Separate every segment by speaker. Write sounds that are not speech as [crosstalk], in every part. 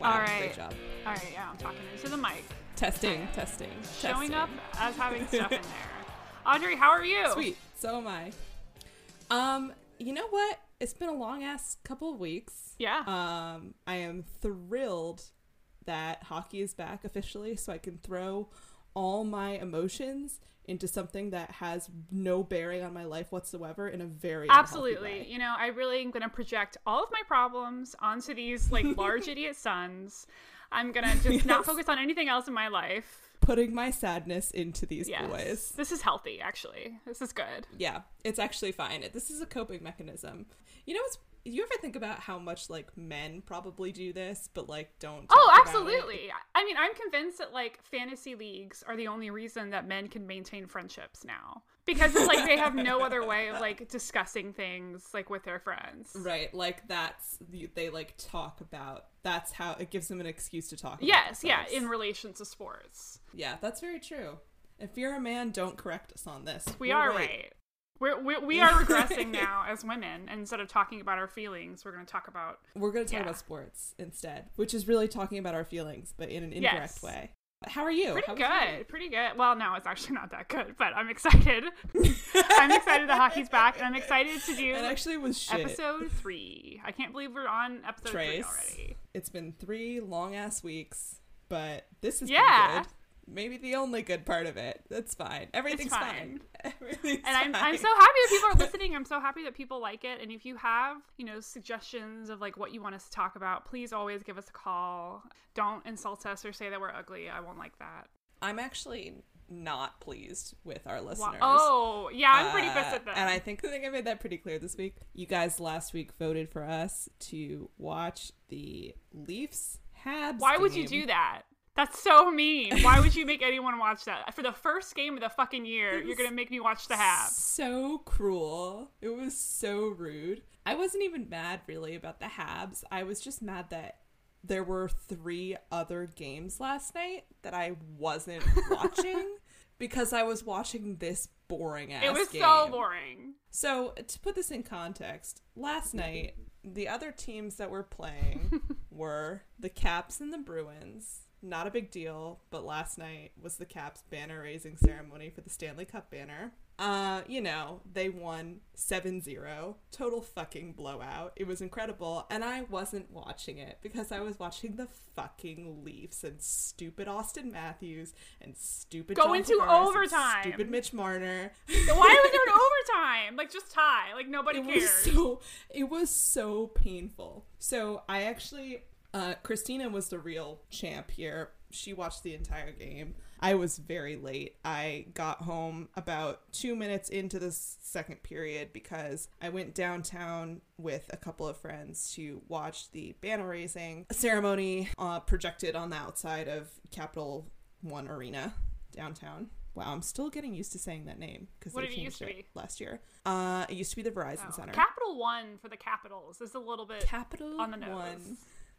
Speaker 1: Wow,
Speaker 2: All right.
Speaker 1: Great job.
Speaker 2: All right, yeah, I'm talking into the mic.
Speaker 1: Testing, testing.
Speaker 2: Showing
Speaker 1: testing.
Speaker 2: up
Speaker 1: [laughs]
Speaker 2: as having stuff in there. Audrey, how are you?
Speaker 1: Sweet. So am I. Um, you know what? It's been a long ass couple of weeks.
Speaker 2: Yeah.
Speaker 1: Um, I am thrilled that hockey is back officially, so I can throw all my emotions into something that has no bearing on my life whatsoever in a very unhealthy
Speaker 2: Absolutely.
Speaker 1: way.
Speaker 2: You know, I really am going to project all of my problems onto these
Speaker 1: [laughs]
Speaker 2: like large idiot sons. I'm going to just not
Speaker 1: Yes.
Speaker 2: focus on anything else in my life.
Speaker 1: Putting my sadness into these
Speaker 2: Yes.
Speaker 1: boys.
Speaker 2: This is healthy actually. This is good.
Speaker 1: Yeah, it's actually fine. It- This is a coping mechanism. You know, what's you ever think about how much like men probably do this, but like don't? talk
Speaker 2: Oh,
Speaker 1: about it?
Speaker 2: absolutely. I mean, I'm convinced that like fantasy leagues are the only reason that men can maintain friendships now because it's like they have no other way of like discussing things like with their friends.
Speaker 1: Right, like that's you- they like talk about. That's how it gives them an excuse to talk.
Speaker 2: Yes,
Speaker 1: about
Speaker 2: yeah,
Speaker 1: themselves.
Speaker 2: in relation to sports.
Speaker 1: yeah, that's very true. If you're a man, don't correct us on this.
Speaker 2: We
Speaker 1: We're
Speaker 2: are right. We're, we,
Speaker 1: [laughs]
Speaker 2: we are regressing now as women. And Instead of talking about our feelings, we're going to talk about.
Speaker 1: We're going to talk
Speaker 2: Yeah.
Speaker 1: about sports instead, which is really talking about our feelings, but in an incorrect
Speaker 2: Yes.
Speaker 1: way. How are you? Oh,
Speaker 2: Pretty
Speaker 1: How was your
Speaker 2: good.
Speaker 1: week?
Speaker 2: Pretty good. Well, no, it's actually not that good, but
Speaker 1: [laughs]
Speaker 2: I'm excited. I'm excited the hockey's back, and I'm excited to do
Speaker 1: It actually was shit.
Speaker 2: episode three. I can't believe we're on episode
Speaker 1: Trace.
Speaker 2: three already.
Speaker 1: It's been three long ass weeks, but this is
Speaker 2: Yeah.
Speaker 1: good. Maybe the only good part of it. That's fine. Everything's
Speaker 2: fine.
Speaker 1: fine. [laughs] Everything's
Speaker 2: And I'm, I'm
Speaker 1: fine.
Speaker 2: so happy that people are listening. I'm so happy that people like it. And if you have, you know, suggestions of like what you want us to talk about, please always give us a call. Don't insult us or say that we're ugly. I won't like that.
Speaker 1: [laughs] I'm actually not pleased with our
Speaker 2: Wa-
Speaker 1: listeners.
Speaker 2: Oh, yeah, I'm pretty pissed
Speaker 1: Uh,
Speaker 2: at them.
Speaker 1: And I think I think I made that pretty clear this week. You guys last week voted for us to watch the Leafs Habs.
Speaker 2: Why would you
Speaker 1: game.
Speaker 2: do that? That's so mean. Why would you make anyone watch that? For the first game of the fucking year, you're going to make me watch the Habs.
Speaker 1: So cruel. It was so rude. I wasn't even mad really about the Habs. I was just mad that there were three other games last night that I
Speaker 2: [laughs]
Speaker 1: wasn't watching because I was watching this boring ass.
Speaker 2: It was
Speaker 1: game.
Speaker 2: so boring.
Speaker 1: So to put this in context,
Speaker 2: [laughs]
Speaker 1: last night the other teams that were playing were the Caps and the Bruins. Not a big deal, but last night was the Caps banner raising ceremony for the Stanley Cup banner. Uh, you know, they won 7-0. Total fucking blowout. It was incredible, and I wasn't watching it because I was watching the fucking Leafs and stupid Austin Matthews and stupid
Speaker 2: Go
Speaker 1: John
Speaker 2: into
Speaker 1: Tavares and
Speaker 2: overtime.
Speaker 1: Stupid Mitch Marner. [laughs]
Speaker 2: Why was there an overtime? Like, just tie. Like, nobody
Speaker 1: it
Speaker 2: cares.
Speaker 1: was so it was so painful so i actually uh christina was the real champ here she watched the entire game i was very late i got home about two minutes into the s- second period because i went downtown with a couple of friends to watch the banner raising ceremony uh, projected on the outside of capitol one arena downtown wow i'm still getting used to saying that name because
Speaker 2: What
Speaker 1: they
Speaker 2: did it
Speaker 1: changed
Speaker 2: used to be?
Speaker 1: last year. Uh, it used to be the
Speaker 2: Oh,
Speaker 1: Verizon Center.
Speaker 2: Capital One for the Capitals is a little bit
Speaker 1: Capital
Speaker 2: on the nose.
Speaker 1: One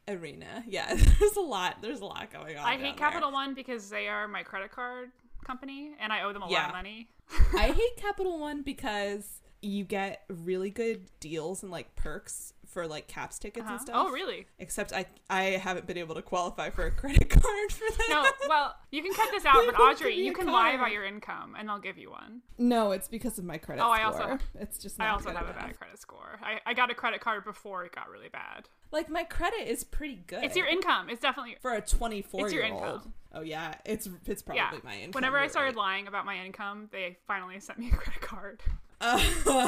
Speaker 1: Arena. Yeah, [laughs] there's a lot. There's a lot going on.
Speaker 2: I
Speaker 1: down
Speaker 2: hate Capital One because they are my credit card company and I owe them a lot
Speaker 1: Yeah.
Speaker 2: of money.
Speaker 1: There. I hate Capital One because you get really good deals and like perks for like caps tickets
Speaker 2: Uh-huh.
Speaker 1: and stuff.
Speaker 2: Oh, really?
Speaker 1: Except I I haven't been able to qualify for a [laughs] credit card for that. [laughs]
Speaker 2: No, well, you can cut this out, but
Speaker 1: won't [laughs] give
Speaker 2: Audrey,
Speaker 1: me
Speaker 2: you
Speaker 1: a
Speaker 2: can lie
Speaker 1: card.
Speaker 2: about your income, and I'll give you one.
Speaker 1: No, it's because of my credit.
Speaker 2: Oh,
Speaker 1: score.
Speaker 2: I also-
Speaker 1: it's just. Not
Speaker 2: I also
Speaker 1: good
Speaker 2: have a
Speaker 1: enough.
Speaker 2: bad credit score. I, I got a credit card before it got really bad.
Speaker 1: Like my credit is pretty good.
Speaker 2: It's your income. It's definitely
Speaker 1: for a twenty four
Speaker 2: It's your
Speaker 1: year old.
Speaker 2: income.
Speaker 1: Oh yeah, it's it's probably
Speaker 2: yeah.
Speaker 1: my income.
Speaker 2: Whenever I
Speaker 1: you're
Speaker 2: started
Speaker 1: right.
Speaker 2: lying about my income, they finally sent me a credit card.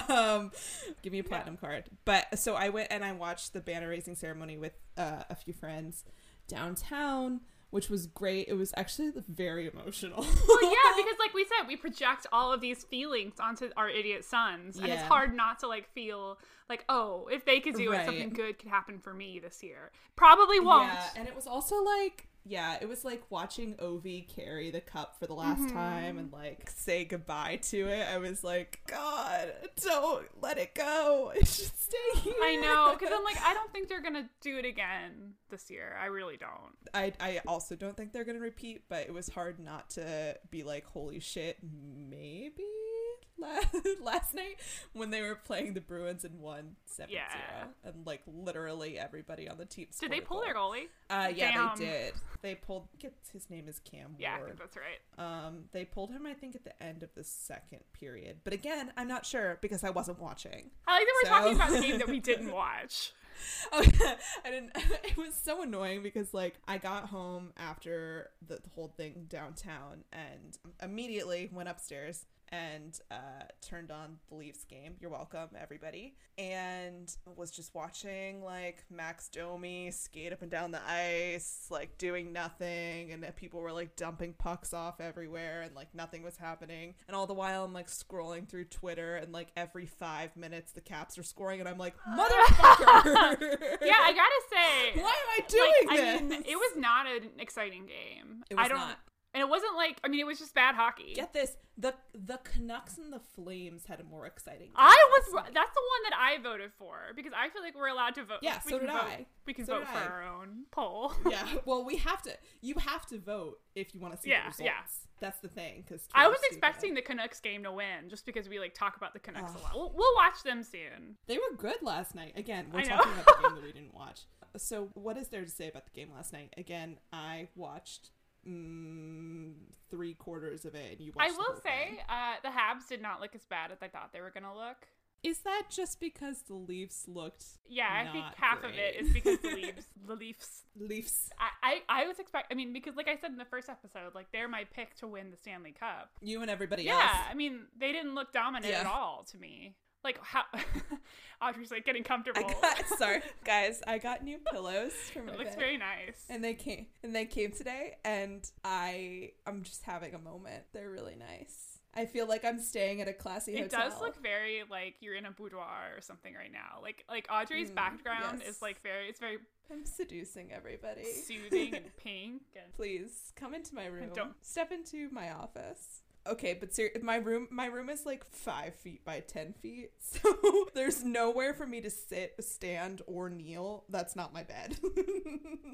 Speaker 1: um, give me a platinum card. But so I went and I watched the banner raising ceremony with uh, a few friends downtown, which was great. It was actually very emotional.
Speaker 2: Well,
Speaker 1: [laughs]
Speaker 2: yeah, because like we said, we project all of these feelings onto our idiot sons, and it's
Speaker 1: Yeah.
Speaker 2: hard not to like feel like, oh, if they could do it, something
Speaker 1: Right.
Speaker 2: good could happen for me this year. Probably won't.
Speaker 1: Yeah, and it was also like yeah, it was like watching Ovi carry the cup for the last
Speaker 2: Mm-hmm.
Speaker 1: time and like say goodbye to it. I was like, God, don't let it go. It should stay here. [laughs]
Speaker 2: I know, because I'm like, I don't think they're gonna do it again this year. I really don't.
Speaker 1: I, I also don't think they're gonna repeat, but it was hard not to be like, holy shit, maybe [laughs] La- last night when they were playing the Bruins and won 7-0
Speaker 2: Yeah.
Speaker 1: and like literally everybody on the team.
Speaker 2: Did
Speaker 1: scored
Speaker 2: they
Speaker 1: a
Speaker 2: pull
Speaker 1: goal.
Speaker 2: their goalie?
Speaker 1: Uh, yeah,
Speaker 2: Damn.
Speaker 1: they did. They pulled. Get, his name is Cam
Speaker 2: Yeah, I
Speaker 1: Ward.
Speaker 2: think that's right.
Speaker 1: Um, they pulled him, I think, at the end of the second period. But again, I'm not sure because I wasn't watching.
Speaker 2: I like that we're talking
Speaker 1: So-
Speaker 2: about a game
Speaker 1: [laughs]
Speaker 2: that we didn't watch.
Speaker 1: Oh, yeah. I didn't. [laughs] It was so annoying because like I got home after the, the whole thing downtown and immediately went upstairs and uh, turned on the Leafs game. You're welcome, everybody. And was just watching like Max Domi skate up and down the ice, like doing nothing, and that people were like dumping pucks off everywhere, and like nothing was happening. And all the while, I'm like scrolling through Twitter, and like every five minutes, the Caps are scoring, and I'm
Speaker 2: [laughs]
Speaker 1: like, motherfucker.
Speaker 2: Yeah,
Speaker 1: [laughs]
Speaker 2: I gotta
Speaker 1: Why
Speaker 2: say.
Speaker 1: am I
Speaker 2: like,
Speaker 1: doing
Speaker 2: I
Speaker 1: this?
Speaker 2: mean, it was not an exciting game.
Speaker 1: It was
Speaker 2: I don't,
Speaker 1: not.
Speaker 2: and it wasn't like I mean, it was just bad hockey.
Speaker 1: Get this. The the Canucks and the Flames had a more exciting.
Speaker 2: I was. That's the one that I voted for because I feel like we're allowed to vote.
Speaker 1: Yeah,
Speaker 2: we
Speaker 1: so
Speaker 2: can
Speaker 1: did
Speaker 2: vote.
Speaker 1: I.
Speaker 2: We can
Speaker 1: So
Speaker 2: vote
Speaker 1: did
Speaker 2: for
Speaker 1: I.
Speaker 2: our own poll.
Speaker 1: [laughs] yeah. Well, we have to. You have to vote if you want to see
Speaker 2: Yeah,
Speaker 1: the results.
Speaker 2: yeah.
Speaker 1: That's the thing. Because
Speaker 2: [laughs] I was expecting the Canucks game to win just because we like talk about the Canucks a lot. We'll, we'll watch them soon.
Speaker 1: they were good last night. Again, we're
Speaker 2: I know.
Speaker 1: talking about the game that we
Speaker 2: [laughs]
Speaker 1: didn't watch. So, what is there to say about the game last night? Again, I watched mm, three quarters of it, and you. Watched
Speaker 2: I
Speaker 1: the
Speaker 2: will
Speaker 1: whole
Speaker 2: say
Speaker 1: thing.
Speaker 2: uh, the Habs did not look as bad as I thought they were going to look.
Speaker 1: is that just because the Leafs looked?
Speaker 2: Yeah, I think
Speaker 1: Not
Speaker 2: half of
Speaker 1: great.
Speaker 2: it is because
Speaker 1: [laughs]
Speaker 2: the Leafs. The Leafs.
Speaker 1: Leafs.
Speaker 2: I, I, I was expect. I mean, because like I said in the first episode, like they're my pick to win the Stanley Cup.
Speaker 1: You and everybody
Speaker 2: Yeah,
Speaker 1: else.
Speaker 2: I mean, they didn't look dominant at
Speaker 1: Yeah.
Speaker 2: all to me. Like how [laughs] Audrey's like getting
Speaker 1: I
Speaker 2: comfortable. [laughs]
Speaker 1: got sorry, guys. I got new pillows for my
Speaker 2: it looks
Speaker 1: bed.
Speaker 2: very nice.
Speaker 1: and they came and they came today and I I'm just having a moment. They're really nice. I feel like I'm staying at a classy
Speaker 2: it
Speaker 1: hotel.
Speaker 2: does look very like you're in a boudoir or something right now. Like like Audrey's background
Speaker 1: Hmm, yes.
Speaker 2: is like very
Speaker 1: [laughs]
Speaker 2: it's very
Speaker 1: I'm seducing everybody.
Speaker 2: soothing and pink and
Speaker 1: [laughs] Please come into my room.
Speaker 2: don't-
Speaker 1: Step into my office. Okay, but ser- my room my room is like five feet by ten feet, [laughs] so there's nowhere for me to sit, stand, or kneel. That's not my bed. [laughs]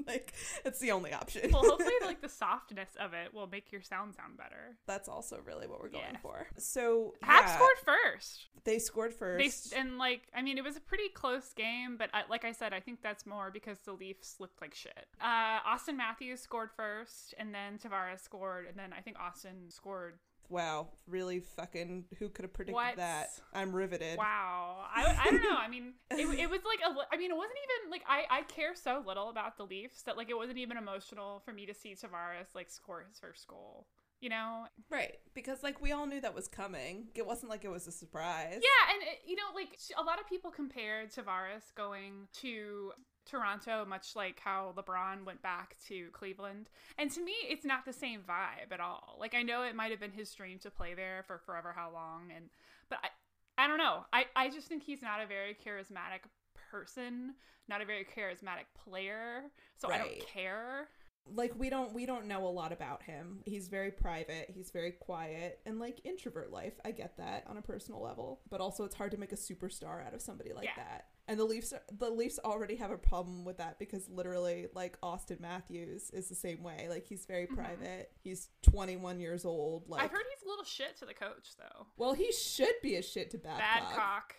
Speaker 1: like that's the only option.
Speaker 2: well, hopefully like the softness of it will make your sound sound better.
Speaker 1: [laughs] that's also really what we're going
Speaker 2: Yes.
Speaker 1: for. So
Speaker 2: Habs
Speaker 1: yeah,
Speaker 2: scored first.
Speaker 1: They scored first.
Speaker 2: They s- and like I mean it was a pretty close game, but I, like I said, I think that's more because the Leafs looked like shit. Uh, Austin Matthews scored first, and then Tavares scored, and then I think Austin scored.
Speaker 1: Wow, really fucking who could have predicted
Speaker 2: What?
Speaker 1: that? I'm riveted.
Speaker 2: Wow, I, I don't know. I mean, it, it was like a. li- I mean, it wasn't even like I I care so little about the Leafs that like it wasn't even emotional for me to see Tavares like score his first goal. You know,
Speaker 1: Right, because like we all knew that was coming. It wasn't like it was a surprise.
Speaker 2: Yeah, and it, you know, like sh- a lot of people compare Tavares going to Toronto, much like how LeBron went back to Cleveland. And to me, it's not the same vibe at all. Like I know it might have been his dream to play there for forever, how long, and but I, I don't know. I I just think he's not a very charismatic person, not a very charismatic player. So I
Speaker 1: Right.
Speaker 2: don't care.
Speaker 1: Like we don't we don't know a lot about him. He's very private, he's very quiet and like introvert life. I get that on a personal level, but also it's hard to make a superstar out of somebody like
Speaker 2: Yeah.
Speaker 1: that. And the Leafs are, the Leafs already have a problem with that because literally like Austin Matthews is the same way. Like he's very
Speaker 2: Mm-hmm.
Speaker 1: private. He's 21 years old like
Speaker 2: I've heard he's a little shit to the coach though.
Speaker 1: Well, he should be a shit to
Speaker 2: Bad
Speaker 1: bad
Speaker 2: cock.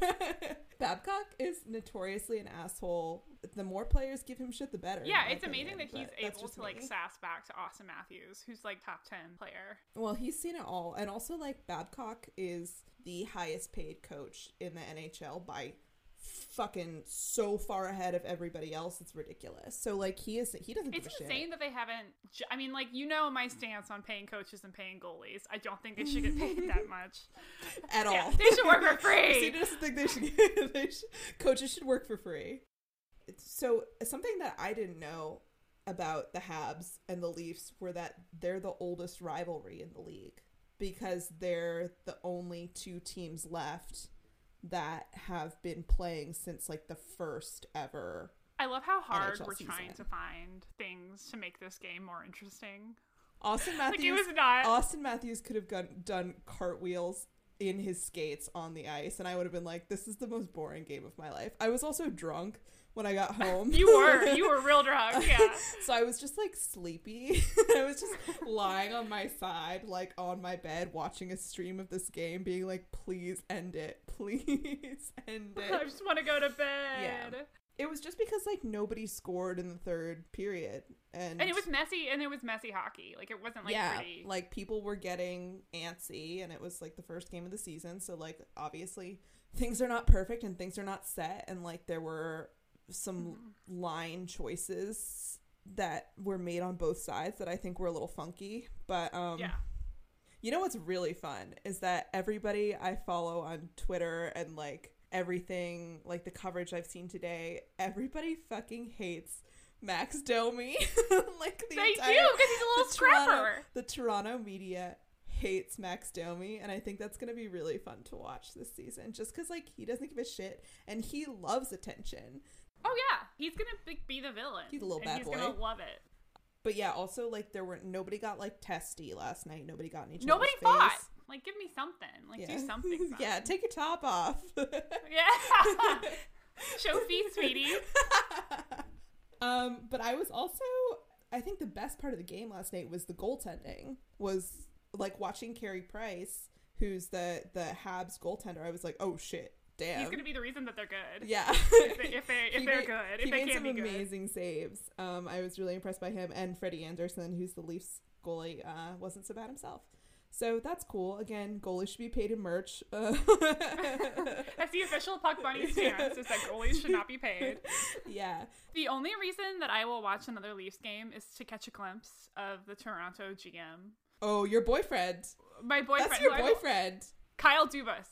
Speaker 1: [laughs] Babcock is notoriously an asshole. The more players give him shit, the better. in
Speaker 2: Yeah,
Speaker 1: my
Speaker 2: it's amazing that
Speaker 1: opinion,
Speaker 2: he's
Speaker 1: but that's
Speaker 2: able
Speaker 1: just
Speaker 2: to like
Speaker 1: me.
Speaker 2: sass back to Austin Matthews, who's like top ten player.
Speaker 1: Well, he's seen it all. And also, like, Babcock is the highest paid coach in the NHL by fucking so far ahead of everybody else. It's ridiculous. So, like, he is he doesn't
Speaker 2: It's
Speaker 1: give a
Speaker 2: insane
Speaker 1: shit.
Speaker 2: that they haven't. ju- I mean, like you know my stance on paying coaches and paying goalies. I don't think they should get paid
Speaker 1: [laughs]
Speaker 2: that much.
Speaker 1: at all.
Speaker 2: Yeah, they
Speaker 1: [laughs]
Speaker 2: should work for free.
Speaker 1: Christina doesn't think they should, [laughs] they should. Coaches should work for free. It's- So something that I didn't know about the Habs and the Leafs were that they're the oldest rivalry in the league because they're the only two teams left that have been playing since like the first ever.
Speaker 2: I love how hard
Speaker 1: NHL
Speaker 2: we're trying to
Speaker 1: season.
Speaker 2: find things to make this game more
Speaker 1: [laughs]
Speaker 2: interesting. [laughs]
Speaker 1: Austin
Speaker 2: Like it
Speaker 1: Matthews.
Speaker 2: was not.
Speaker 1: Austin Matthews could have gone, done cartwheels in his skates on the ice, and I would have been like, "This is the most boring game of my life." I was also drunk when I
Speaker 2: [laughs]
Speaker 1: got home.
Speaker 2: You were
Speaker 1: [laughs]
Speaker 2: you were real drunk. Yeah.
Speaker 1: so I was just like sleepy. [laughs] I was just lying on my side, like on my bed, watching a stream of this game, being like, "Please end it, [laughs] please end it."
Speaker 2: [laughs] I just want to go to bed.
Speaker 1: It was just because like nobody scored in the third period, and
Speaker 2: And it was messy, and it was messy hockey. Like it wasn't like
Speaker 1: yeah,
Speaker 2: pretty.
Speaker 1: like people were getting antsy, and it was like the first game of the season. So like obviously things are not perfect and things are not set, and like there were some
Speaker 2: Mm-hmm.
Speaker 1: line choices that were made on both sides that I think were a little funky. But um,
Speaker 2: yeah.
Speaker 1: you know what's really fun is that everybody I follow on Twitter and like everything, like the coverage I've seen today, everybody fucking hates Max Domi. [laughs] like the
Speaker 2: They do because
Speaker 1: entire
Speaker 2: he's a little
Speaker 1: Toronto,
Speaker 2: scrapper.
Speaker 1: the Toronto media hates Max Domi, and I think that's going to be really fun to watch this season. Just because like he doesn't give a shit, and he loves attention.
Speaker 2: Oh yeah, he's gonna be, be the villain.
Speaker 1: He's a little
Speaker 2: and
Speaker 1: bad
Speaker 2: he's
Speaker 1: boy.
Speaker 2: gonna love it.
Speaker 1: But yeah, also like there were nobody got like testy last night. Nobody got in each
Speaker 2: Nobody
Speaker 1: other's
Speaker 2: fought.
Speaker 1: face.
Speaker 2: Like, give me something. Like,
Speaker 1: Yeah.
Speaker 2: do something. Son.
Speaker 1: [laughs] yeah, take your top off. [laughs]
Speaker 2: yeah. Show feet, sweetie.
Speaker 1: um, but I was also I think the best part of the game last night was the goaltending. Was like watching Carey Price, who's the the Habs goaltender. I was like, oh shit, damn.
Speaker 2: He's gonna be the reason that they're good.
Speaker 1: Yeah.
Speaker 2: [laughs] If
Speaker 1: [laughs]
Speaker 2: they if, they, if
Speaker 1: He
Speaker 2: they're
Speaker 1: made-
Speaker 2: good,
Speaker 1: he
Speaker 2: if they
Speaker 1: made
Speaker 2: can
Speaker 1: some
Speaker 2: be good.
Speaker 1: amazing saves. Um, I was really impressed by him and Freddie Anderson, who's the Leafs goalie, uh, wasn't so bad himself. So that's cool. Again, goalies should be paid in merch. [laughs] Uh,
Speaker 2: That's the official
Speaker 1: [laughs]
Speaker 2: Puck Bunny stance is that goalies should not be paid.
Speaker 1: yeah.
Speaker 2: The only reason that I will watch another Leafs game is to catch a glimpse of the Toronto GM.
Speaker 1: Oh, your boyfriend.
Speaker 2: My boyfriend,
Speaker 1: that's
Speaker 2: who
Speaker 1: your
Speaker 2: I will-
Speaker 1: boyfriend.
Speaker 2: Kyle Dubas.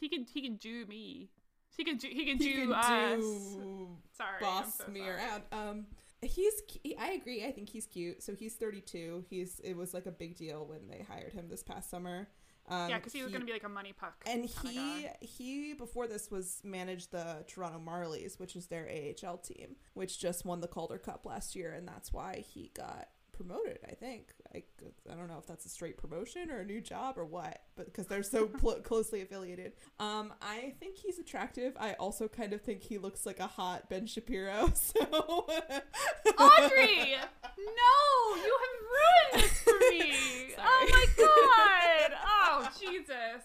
Speaker 2: He can he can do me. He can do he can
Speaker 1: He
Speaker 2: do
Speaker 1: can
Speaker 2: us.
Speaker 1: do
Speaker 2: Sorry, I'm
Speaker 1: boss
Speaker 2: so
Speaker 1: me
Speaker 2: sorry.
Speaker 1: around. Um, he's. cu- I agree. I think he's cute. So he's 32. He's. It was like a big deal when they hired him this past summer. Um,
Speaker 2: Yeah, because he was gonna be like a money puck.
Speaker 1: and
Speaker 2: kinda
Speaker 1: he
Speaker 2: guy.
Speaker 1: he before this was managed the Toronto Marlies, which is their AHL team, which just won the Calder Cup last year, and that's why he got promoted. I think I, I don't know if that's a straight promotion or a new job or what, but because they're so pl- closely affiliated. Um, I think he's attractive. I also kind of think he looks like a hot Ben Shapiro. [laughs] So
Speaker 2: Oh. Audrey! No, you have ruined this for [laughs] me. oh my god. Oh Jesus.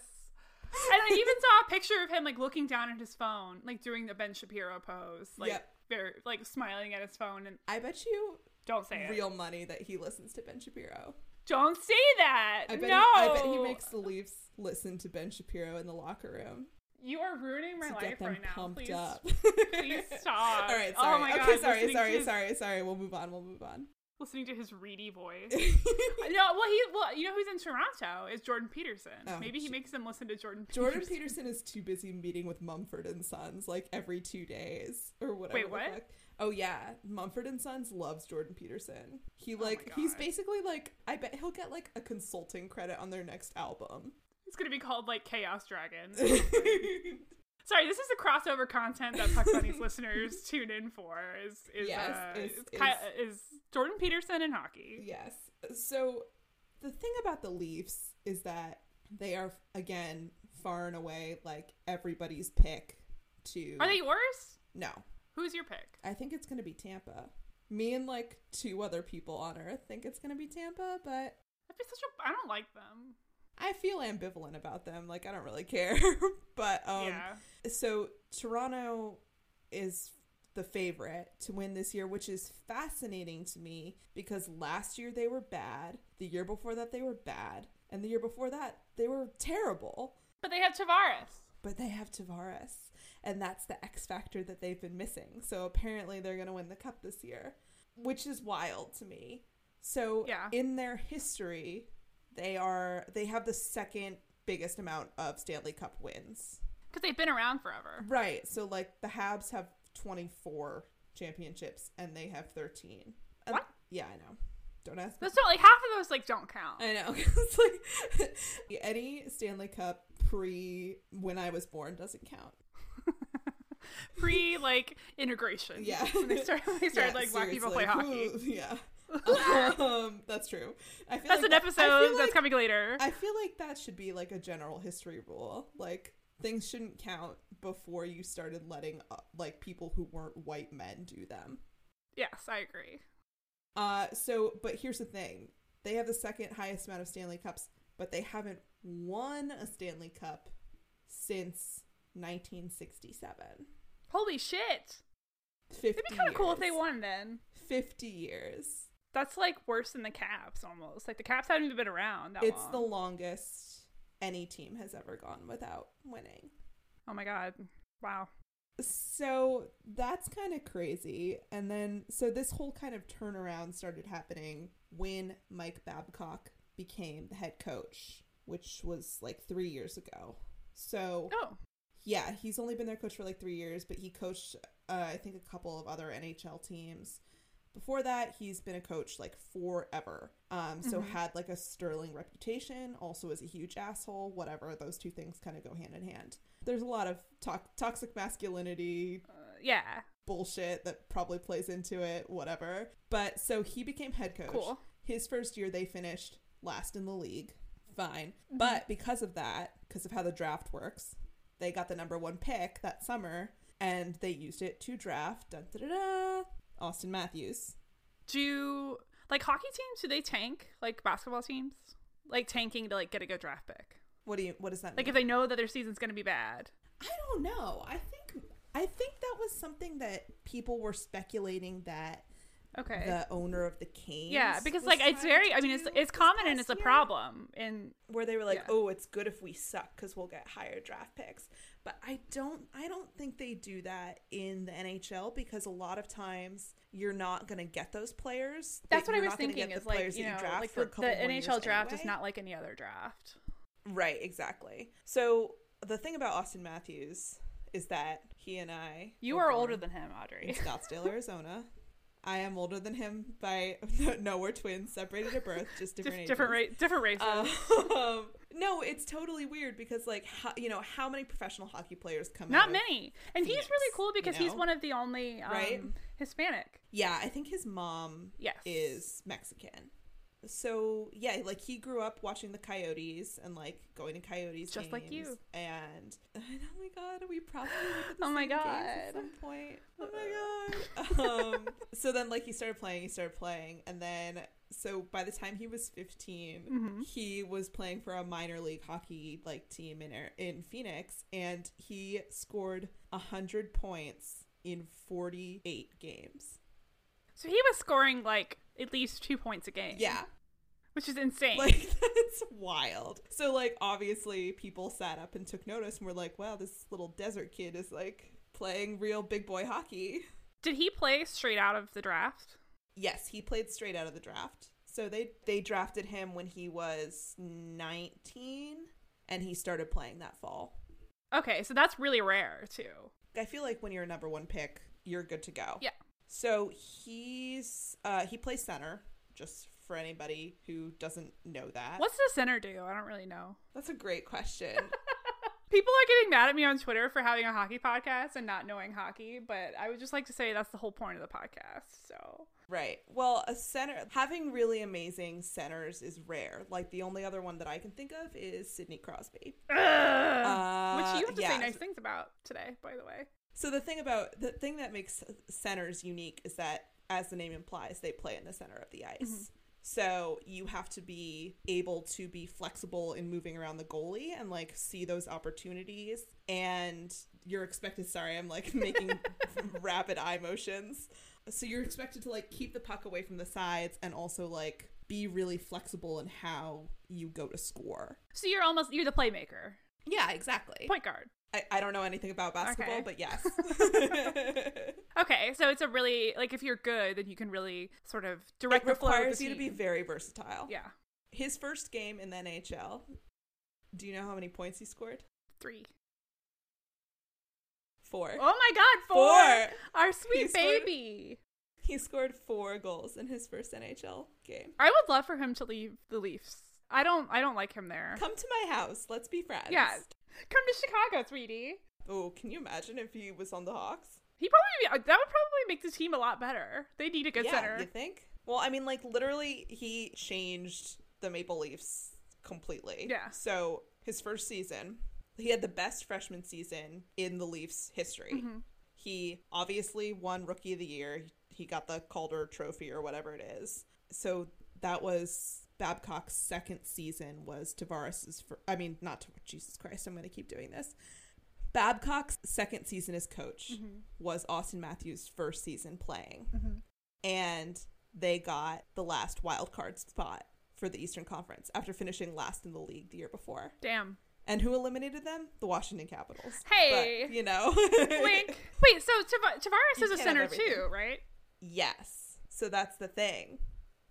Speaker 2: And I even saw a picture of him like looking down at his phone, like doing the Ben Shapiro pose, like
Speaker 1: Yep.
Speaker 2: very like smiling at his phone. And
Speaker 1: I bet you
Speaker 2: don't say it.
Speaker 1: real money that he listens to Ben Shapiro.
Speaker 2: Don't say that.
Speaker 1: I bet,
Speaker 2: no.
Speaker 1: he, I bet he makes the Leafs listen to Ben Shapiro in the locker room
Speaker 2: You are ruining my
Speaker 1: to
Speaker 2: life
Speaker 1: get them
Speaker 2: right now.
Speaker 1: pumped
Speaker 2: please,
Speaker 1: up. [laughs]
Speaker 2: please stop.
Speaker 1: All right, sorry.
Speaker 2: Oh my god.
Speaker 1: okay, sorry,
Speaker 2: listening to
Speaker 1: sorry,
Speaker 2: his-
Speaker 1: sorry, sorry. We'll move on. We'll move
Speaker 2: [laughs]
Speaker 1: on.
Speaker 2: Listening to his reedy voice. no, well he well you know who's in Toronto is Jordan Peterson.
Speaker 1: Oh,
Speaker 2: Maybe he
Speaker 1: sh-
Speaker 2: makes them listen to Jordan.
Speaker 1: Jordan
Speaker 2: Peterson.
Speaker 1: Peterson is too busy meeting with Mumford and Sons like every two days or whatever.
Speaker 2: Wait,
Speaker 1: the
Speaker 2: what?
Speaker 1: fuck. Oh yeah, Mumford and Sons loves Jordan Peterson. He
Speaker 2: Oh my
Speaker 1: like he's
Speaker 2: God.
Speaker 1: basically like I bet he'll get like a consulting credit on their next album.
Speaker 2: [laughs] It's gonna be called like Chaos Dragons.
Speaker 1: [laughs]
Speaker 2: Sorry, this is the crossover content that Puck Bunny's listeners tune in for. Is is
Speaker 1: Yes,
Speaker 2: uh,
Speaker 1: is-
Speaker 2: is, Ki- is Jordan Peterson in hockey?
Speaker 1: Yes. So the thing about the Leafs is that they are again far and away like everybody's pick to
Speaker 2: Are they yours?
Speaker 1: No.
Speaker 2: Who's your pick?
Speaker 1: I think it's going to be Tampa. Me and like two other people on earth think it's going to be Tampa, but
Speaker 2: That'd be such a. I don't like them.
Speaker 1: I feel ambivalent about them. Like I don't really care. [laughs] but um
Speaker 2: yeah.
Speaker 1: so Toronto is the favorite to win this year, which is fascinating to me because last year they were bad, the year before that they were bad, and the year before that they were terrible.
Speaker 2: But they have Tavares.
Speaker 1: But they have Tavares, and that's the X factor that they've been missing. So apparently they're going to win the cup this year, which is wild to me. So
Speaker 2: Yeah.
Speaker 1: in their history, they are they have the second biggest amount of Stanley Cup wins.
Speaker 2: Because they've been around forever.
Speaker 1: Right. So like the Habs have 24 championships and they have 13. And-
Speaker 2: What?
Speaker 1: yeah, I know. Don't ask me.
Speaker 2: That's not like half of those like don't count.
Speaker 1: I know. [laughs] it's like [laughs] any Stanley Cup pre when I was born doesn't count.
Speaker 2: Pre like integration.
Speaker 1: [laughs] Yeah.
Speaker 2: When they started, when they
Speaker 1: [laughs]
Speaker 2: started
Speaker 1: Yeah,
Speaker 2: like black people play
Speaker 1: seriously.
Speaker 2: hockey.
Speaker 1: Who- [laughs] yeah.
Speaker 2: [laughs]
Speaker 1: um, that's true. I feel
Speaker 2: That's
Speaker 1: like
Speaker 2: an
Speaker 1: that- I feel
Speaker 2: episode
Speaker 1: like-
Speaker 2: that's coming later.
Speaker 1: I feel like that should be like a general history rule. Like things shouldn't count before you started letting uh, like people who weren't white men do them.
Speaker 2: yes, I agree.
Speaker 1: Uh, so, but here's the thing: they have the second highest amount of Stanley Cups, but they haven't won a Stanley Cup since 1967.
Speaker 2: Holy shit.
Speaker 1: 50
Speaker 2: It'd be kind of cool if they
Speaker 1: years.
Speaker 2: won then.
Speaker 1: 50 years.
Speaker 2: That's like worse than the Caps almost. Like the Caps haven't even been around that
Speaker 1: it's
Speaker 2: long.
Speaker 1: the longest any team has ever gone without winning.
Speaker 2: Oh my god. Wow.
Speaker 1: So that's kind of crazy. And then, so this whole kind of turnaround started happening when Mike Babcock became the head coach, which was like three years ago. So,
Speaker 2: Oh.
Speaker 1: yeah, he's only been their coach for like three years, but he coached, uh, I think, a couple of other NHL teams. Before that, he's been a coach like forever. Um, so
Speaker 2: Mhm.
Speaker 1: had like a sterling reputation. Also, is a huge asshole. Whatever, those two things kind of go hand in hand. There's a lot of to- toxic masculinity
Speaker 2: Uh, yeah.
Speaker 1: bullshit that probably plays into it. Whatever. But so he became head coach.
Speaker 2: Cool.
Speaker 1: His first year, they finished last in the league. Fine.
Speaker 2: Mm-hmm.
Speaker 1: But because of that, because of how the draft works, they got the number one pick that summer and they used it to draft dun, da, da, da, Austin Matthews.
Speaker 2: Do like hockey teams do they tank like basketball teams? Like tanking to like get a good draft pick.
Speaker 1: What do you, what does that
Speaker 2: Like
Speaker 1: mean?
Speaker 2: if they know that their season's going to be bad.
Speaker 1: I don't know. I think, I think that was something that people were speculating that
Speaker 2: Okay.
Speaker 1: the owner of the Canes.
Speaker 2: yeah, because
Speaker 1: was
Speaker 2: like it's
Speaker 1: trying
Speaker 2: very
Speaker 1: to
Speaker 2: I mean it's
Speaker 1: do this
Speaker 2: it's common and
Speaker 1: past
Speaker 2: it's a
Speaker 1: year.
Speaker 2: problem and
Speaker 1: where they were like,
Speaker 2: Yeah.
Speaker 1: "Oh, it's good if we suck because we'll get higher draft picks." But I don't, I don't think they do that in the NHL because a lot of times you're not going to get those players. that
Speaker 2: that's what I
Speaker 1: you're
Speaker 2: was
Speaker 1: not gonna
Speaker 2: thinking
Speaker 1: get the
Speaker 2: is like
Speaker 1: players
Speaker 2: you
Speaker 1: that
Speaker 2: know
Speaker 1: draft
Speaker 2: like
Speaker 1: for a
Speaker 2: the, the
Speaker 1: couple more years
Speaker 2: NHL draft is
Speaker 1: anyway.
Speaker 2: not like any other draft.
Speaker 1: right, exactly. So the thing about Austin Matthews is that he and I,
Speaker 2: You
Speaker 1: were
Speaker 2: are
Speaker 1: born
Speaker 2: older than him,
Speaker 1: in
Speaker 2: Audrey. [laughs]
Speaker 1: Scottsdale, Arizona. I am older than him by [laughs] no, we're twins, separated at birth, just different
Speaker 2: Different
Speaker 1: ages.
Speaker 2: different, ra- different races.
Speaker 1: Um, [laughs] no, it's totally weird because like how, you know how many professional hockey players come out
Speaker 2: Not
Speaker 1: of-
Speaker 2: many. And he's
Speaker 1: Phoenix,
Speaker 2: really cool
Speaker 1: you
Speaker 2: because he's
Speaker 1: know?
Speaker 2: one of the only um,
Speaker 1: Right?
Speaker 2: Hispanic.
Speaker 1: Yeah, I think his mom
Speaker 2: Yes.
Speaker 1: is Mexican. So yeah, like he grew up watching the Coyotes and like going to Coyotes
Speaker 2: Just like
Speaker 1: games
Speaker 2: you.
Speaker 1: and, [laughs] and oh my god, we probably looked at the
Speaker 2: Oh my
Speaker 1: same games at
Speaker 2: God.
Speaker 1: some
Speaker 2: [laughs]
Speaker 1: point. Oh my god. um, [laughs] so then like he started playing, he started playing, and then so by the time he was 15
Speaker 2: Mhm.
Speaker 1: he was playing for a minor league hockey like team in Ar- in Phoenix, and he scored hundred points in forty eight games.
Speaker 2: So he was scoring like at least two points a game.
Speaker 1: Yeah,
Speaker 2: Which is [laughs] insane.
Speaker 1: like that's wild. So like obviously people sat up and took notice and were like, "Wow, this little desert kid is like playing real big boy hockey."
Speaker 2: Did he play straight out of the draft?
Speaker 1: Yes, he played straight out of the draft. So they they drafted him when he was nineteen, and he started playing that fall.
Speaker 2: Okay, so that's really rare too.
Speaker 1: I feel like when you're a number one pick, you're good to go.
Speaker 2: Yeah.
Speaker 1: So he's uh, he plays center. Just for anybody who doesn't know that,
Speaker 2: What's the center do? I don't really know.
Speaker 1: that's a great question.
Speaker 2: People are getting mad at me on Twitter for having a hockey podcast and not knowing hockey, but I would just like to say that's the whole point of the podcast. So
Speaker 1: right. Well, a center having really amazing centers is rare. Like the only other one that I can think of is Sidney Crosby. Uh,
Speaker 2: Oh, Which you have to say
Speaker 1: yeah.
Speaker 2: nice things about today, by the way.
Speaker 1: So the thing about the thing that makes centers unique is that, as the name implies, they play in the center of the ice. So you have to be able to be flexible in moving around the goalie and like see those opportunities. And you're expected, sorry, I'm like [laughs] making rapid eye motions. So you're expected to like keep the puck away from the sides and also like be really flexible in how you go to score.
Speaker 2: So you're almost you're the playmaker,
Speaker 1: Yeah, exactly.
Speaker 2: point guard.
Speaker 1: I, I don't know anything about basketball,
Speaker 2: Okay.
Speaker 1: but yes. [laughs]
Speaker 2: Okay, so it's a really like if you're good, then you can really sort of direct
Speaker 1: it
Speaker 2: the flow of the
Speaker 1: requires you to be
Speaker 2: team.
Speaker 1: very versatile.
Speaker 2: yeah
Speaker 1: His first game in the NHL, do you know how many points he scored?
Speaker 2: three.
Speaker 1: Four.
Speaker 2: Oh my God, four!
Speaker 1: Four.
Speaker 2: Our sweet
Speaker 1: He scored-
Speaker 2: baby.
Speaker 1: He scored four goals in his first NHL game.
Speaker 2: I would love for him to leave the Leafs. I don't. I don't like him there.
Speaker 1: Come to my house. Let's be friends.
Speaker 2: Yeah. Come to Chicago, sweetie.
Speaker 1: Oh, can you imagine if he was on the Hawks?
Speaker 2: He probably uh, that would probably make the team a lot better. They need a good
Speaker 1: yeah,
Speaker 2: center.
Speaker 1: you think? Well, I mean, like literally, he changed the Maple Leafs completely.
Speaker 2: Yeah.
Speaker 1: So his first season, he had the best freshman season in the Leafs history. He obviously won Rookie of the Year. He got the Calder Trophy or whatever it is. So that was Babcock's second season. Was Tavares's? Fir- I mean, not Tav- Jesus Christ. I'm going to keep doing this. Babcock's second season as coach was Austin Matthews' first season playing.
Speaker 2: Mm-hmm.
Speaker 1: And they got the last wild card spot for the Eastern Conference after finishing last in the league the year before.
Speaker 2: Damn.
Speaker 1: And who eliminated them? The Washington Capitals.
Speaker 2: Hey.
Speaker 1: But, [laughs] you know.
Speaker 2: [laughs] Wink. Wait. So Tav- Tavares
Speaker 1: You
Speaker 2: is a
Speaker 1: can't have
Speaker 2: center
Speaker 1: everything.
Speaker 2: too, right?
Speaker 1: Yes. So that's the thing.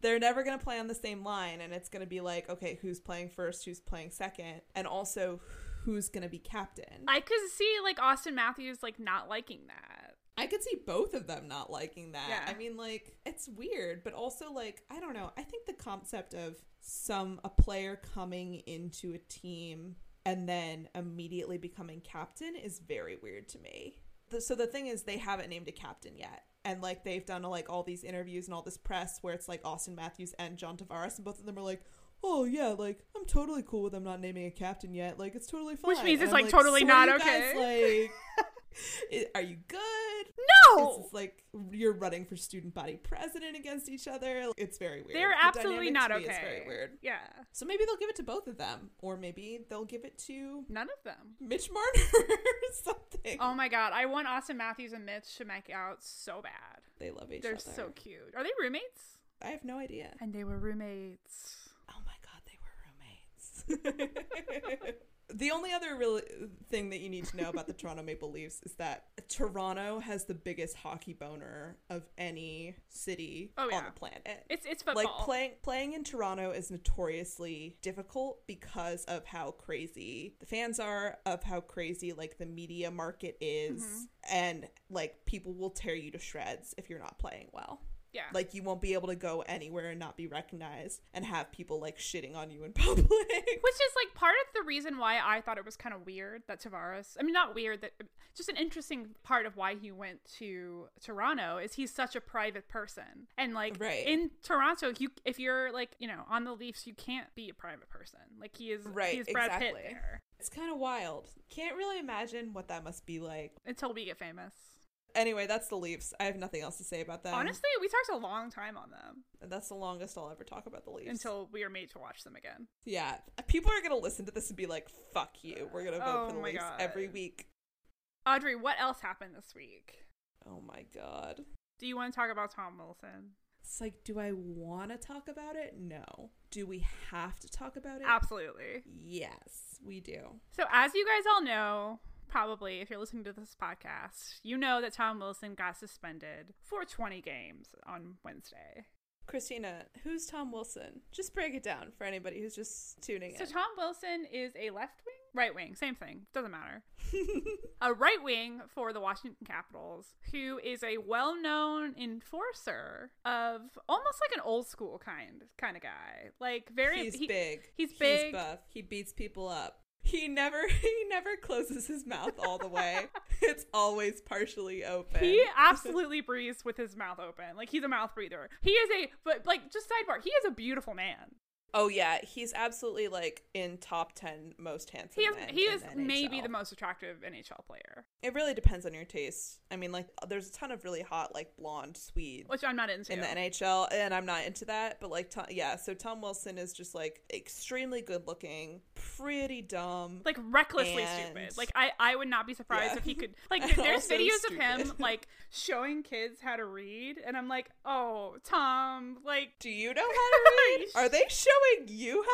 Speaker 1: They're never going to play on the same line, and it's going to be like, okay, who's playing first, who's playing second, and also who's going to be captain.
Speaker 2: I could see like Austin Matthews like not liking that.
Speaker 1: I could see both of them not liking that.
Speaker 2: Yeah.
Speaker 1: I mean, like, it's weird, but also, like, I don't know. I think the concept of some, a player coming into a team and then immediately becoming captain is very weird to me. The, so the thing is, they haven't named a captain yet. And, like, they've done, like, all these interviews and all this press where it's, like, Austin Matthews and John Tavares, and both of them are like, oh, yeah, like, I'm totally cool with them not naming a captain yet. Like, it's totally fine.
Speaker 2: Which means
Speaker 1: And
Speaker 2: it's,
Speaker 1: I'm
Speaker 2: like, totally
Speaker 1: so
Speaker 2: not
Speaker 1: you guys,
Speaker 2: okay.
Speaker 1: like,
Speaker 2: [laughs]
Speaker 1: I- are you good?
Speaker 2: No.
Speaker 1: It's like you're running for student body president against each other. It's very weird.
Speaker 2: They're
Speaker 1: The
Speaker 2: absolutely
Speaker 1: dynamic
Speaker 2: not
Speaker 1: to me
Speaker 2: okay.
Speaker 1: is very weird.
Speaker 2: Yeah.
Speaker 1: So maybe they'll give it to both of them, or maybe they'll give it to
Speaker 2: None of them.
Speaker 1: Mitch Marner [laughs] or something.
Speaker 2: Oh my god, I want Austin Matthews and Mitch to make out so bad.
Speaker 1: they love each
Speaker 2: They're
Speaker 1: other.
Speaker 2: so cute. Are they roommates?
Speaker 1: I have no idea.
Speaker 2: And they were roommates.
Speaker 1: Oh my god, they were roommates. [laughs] the only other real thing that you need to know about
Speaker 2: [laughs]
Speaker 1: the Toronto Maple Leafs is that Toronto has the biggest hockey boner of any city
Speaker 2: Oh,
Speaker 1: on
Speaker 2: yeah.
Speaker 1: the planet.
Speaker 2: It's it's football.
Speaker 1: like playing playing in Toronto is notoriously difficult because of how crazy the fans are, of how crazy like the media market is,
Speaker 2: Mm-hmm.
Speaker 1: and like people will tear you to shreds if you're not playing well.
Speaker 2: Yeah.
Speaker 1: Like you won't be able to go anywhere and not be recognized and have people like shitting on you in [laughs] public.
Speaker 2: Which is like part of the reason why I thought it was kind of weird that Tavares, I mean, not weird, that just an interesting part of why he went to Toronto is he's such a private person. And like
Speaker 1: Right.
Speaker 2: in Toronto, you if you're like, you know, on the Leafs, you can't be a private person. Like he is,
Speaker 1: Right,
Speaker 2: he is Brad
Speaker 1: exactly.
Speaker 2: Pitt there
Speaker 1: it's kind of wild. Can't really imagine what that must be like.
Speaker 2: until we get famous.
Speaker 1: Anyway, that's the Leafs. I have nothing else to say about them.
Speaker 2: Honestly, we talked a long time on them
Speaker 1: that's the longest I'll ever talk about the Leafs.
Speaker 2: until we are made to watch them again.
Speaker 1: Yeah, people are gonna listen to this and be like, "Fuck you." We're gonna vote
Speaker 2: Oh
Speaker 1: for the
Speaker 2: my
Speaker 1: Leafs
Speaker 2: God.
Speaker 1: every week.
Speaker 2: Audrey, what else happened this week?
Speaker 1: Oh my god.
Speaker 2: Do you want to talk about Tom Wilson?
Speaker 1: It's like, do I want to talk about it? No. Do we have to talk about it?
Speaker 2: Absolutely.
Speaker 1: Yes, we do.
Speaker 2: So, as you guys all know, probably if you're listening to this podcast, you know that Tom Wilson got suspended for 20 games on Wednesday.
Speaker 1: Christina, who's Tom Wilson? Just break it down for anybody who's just tuning
Speaker 2: So, Tom Wilson is a left wing, right wing, same thing, doesn't matter. [laughs] a right wing for the Washington Capitals, who is a well known enforcer of almost like an old school kind kind of guy. Like,
Speaker 1: in.
Speaker 2: very
Speaker 1: He's
Speaker 2: he-
Speaker 1: big.
Speaker 2: He's big.
Speaker 1: buff. He beats people up. He never [laughs] he never closes his mouth all the
Speaker 2: [laughs]
Speaker 1: way. it's always partially open.
Speaker 2: He absolutely [laughs] breathes with his mouth open. Like he's a mouth breather. He is a but like just sidebar, he is a beautiful man.
Speaker 1: Oh yeah, he's absolutely like in top ten most handsome.
Speaker 2: He is,
Speaker 1: men
Speaker 2: he
Speaker 1: in
Speaker 2: is
Speaker 1: the
Speaker 2: maybe
Speaker 1: NHL.
Speaker 2: the most attractive NHL player,
Speaker 1: It really depends on your taste. I mean, like there's a ton of really hot like blonde Swedes
Speaker 2: which I'm not into.
Speaker 1: in the NHL, and I'm not into that. But like, Tom, yeah, so Tom Wilson is just like extremely good looking, pretty dumb.
Speaker 2: like recklessly
Speaker 1: And-
Speaker 2: stupid. Like I, I would not be surprised
Speaker 1: Yeah.
Speaker 2: if
Speaker 1: [laughs]
Speaker 2: he could. Like
Speaker 1: And
Speaker 2: there's
Speaker 1: also
Speaker 2: videos of him
Speaker 1: stupid.
Speaker 2: like showing kids how to read, and I'm like, oh Tom, like.
Speaker 1: do you know how to read? Are they showing you how to read?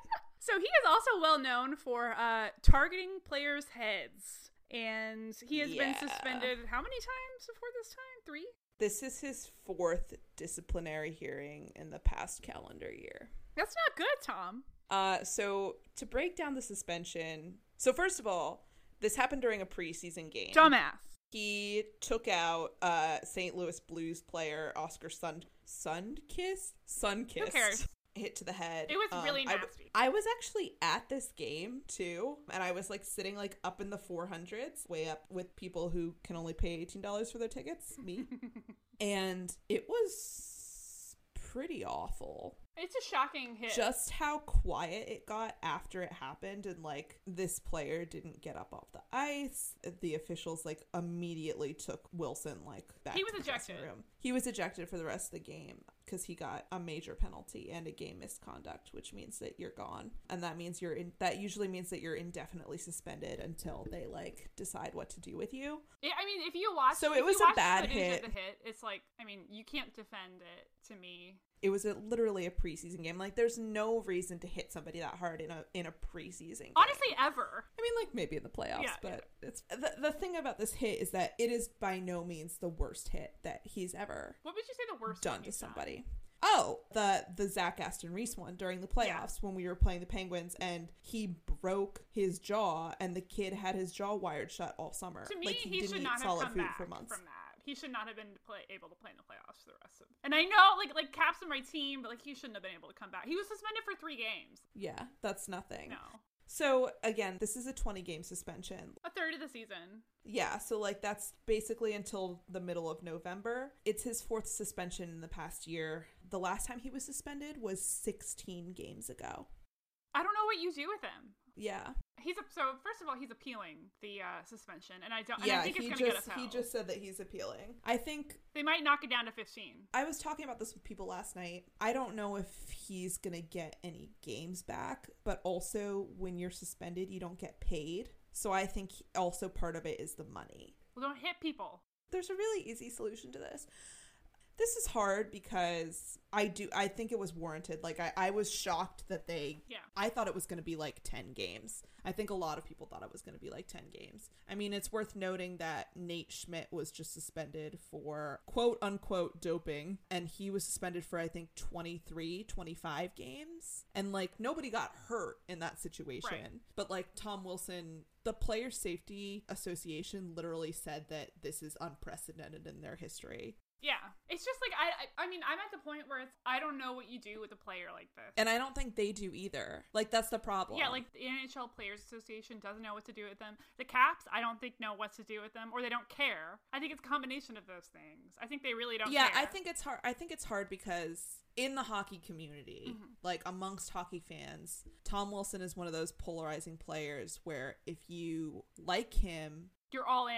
Speaker 1: [laughs]
Speaker 2: So he is also well known for uh, targeting players' heads, and he has been
Speaker 1: Yeah.
Speaker 2: suspended how many times before this time? Three.
Speaker 1: This is his fourth disciplinary hearing in the past calendar year.
Speaker 2: That's not good, Tom.
Speaker 1: Uh, so to break down the suspension, so first of all, this happened during a preseason game.
Speaker 2: Dumbass.
Speaker 1: He took out uh, St. Louis Blues player Oscar Sund Sundkiss Sundkiss
Speaker 2: cares?
Speaker 1: hit to the head. Um,
Speaker 2: It was really
Speaker 1: I-
Speaker 2: nasty.
Speaker 1: I, was actually at this game too, and I was like sitting like up in the 400s, way up with people who can only pay eighteen dollars for their tickets, me,
Speaker 2: [laughs]
Speaker 1: and it was pretty awful
Speaker 2: It's a shocking hit.
Speaker 1: just how quiet it got after it happened and like this player didn't get up off the ice the officials like immediately took wilson like back
Speaker 2: He was
Speaker 1: to the dressing
Speaker 2: ejected.
Speaker 1: room. he was ejected for the rest of the game because he got a major penalty and a game misconduct which means that you're gone and that means you're in that usually means that you're indefinitely suspended until they like decide what to do with you
Speaker 2: Yeah, I mean, if you watch,
Speaker 1: So
Speaker 2: if
Speaker 1: it was
Speaker 2: you
Speaker 1: a
Speaker 2: watch
Speaker 1: bad
Speaker 2: footage
Speaker 1: hit.
Speaker 2: Of the hit. It's like, I mean, you can't defend it to me.
Speaker 1: it was a, literally a preseason game like there's no reason to hit somebody that hard in a in a preseason game.
Speaker 2: Honestly, ever.
Speaker 1: I mean, like maybe in the playoffs,
Speaker 2: Yeah,
Speaker 1: but it's the, the thing about this hit is that it is by no means the worst hit that he's ever
Speaker 2: What would you say the worst
Speaker 1: done
Speaker 2: one
Speaker 1: to
Speaker 2: you've
Speaker 1: somebody. Oh, the the Zach Aston Reese one during the playoffs when we were playing the Penguins, and he broke his jaw, and the kid had his jaw wired shut all summer.
Speaker 2: To me,
Speaker 1: like
Speaker 2: he, should not have come back
Speaker 1: for months.
Speaker 2: from that. He should not have been play, able to play in the playoffs for the rest of. And I know, like, like Caps in my team, but like he shouldn't have been able to come back. He was suspended for three games.
Speaker 1: Yeah, that's nothing.
Speaker 2: No,
Speaker 1: So again, this is a twenty game suspension.
Speaker 2: a third of the season.
Speaker 1: Yeah, so like that's basically until the middle of November. It's his fourth suspension in the past year. The last time he was suspended was 16 games ago.
Speaker 2: I don't know what you do with him.
Speaker 1: Yeah.
Speaker 2: He's a, so first of all, he's appealing the uh, suspension, and I don't. and I
Speaker 1: Yeah,
Speaker 2: think it's
Speaker 1: he
Speaker 2: gonna get
Speaker 1: just
Speaker 2: upheld.
Speaker 1: he just said that he's appealing. I think
Speaker 2: They might knock it down to fifteen.
Speaker 1: I was talking about this with people last night. I don't know if he's going to get any games back, but also when you're suspended, you don't get paid. So I think also part of it is the money.
Speaker 2: Well, don't hit people.
Speaker 1: there's a really easy solution to this this is hard because i do i think it was warranted like i, I was shocked that they
Speaker 2: Yeah.
Speaker 1: i thought it was going to be like 10 games i think a lot of people thought it was going to be like 10 games i mean it's worth noting that nate schmidt was just suspended for quote unquote doping and he was suspended for i think 23 25 games and like nobody got hurt in that situation
Speaker 2: Right.
Speaker 1: but like Tom Wilson, the Player Safety Association literally said that this is unprecedented in their history.
Speaker 2: Yeah, it's just like I, I. I mean, I'm at the point where it's I don't know what you do with a player like this.
Speaker 1: And I don't think they do either. Like that's the problem.
Speaker 2: Yeah, like the NHL Players Association doesn't know what to do with them. The Caps, I don't think know what to do with them, or they don't care. I think it's a combination of those things. I think they really don't.
Speaker 1: Yeah,
Speaker 2: care.
Speaker 1: I think it's hard I think it's hard because in the hockey community,
Speaker 2: Mm-hmm.
Speaker 1: like amongst hockey fans, Tom Wilson is one of those polarizing players where if you like him,
Speaker 2: you're all in.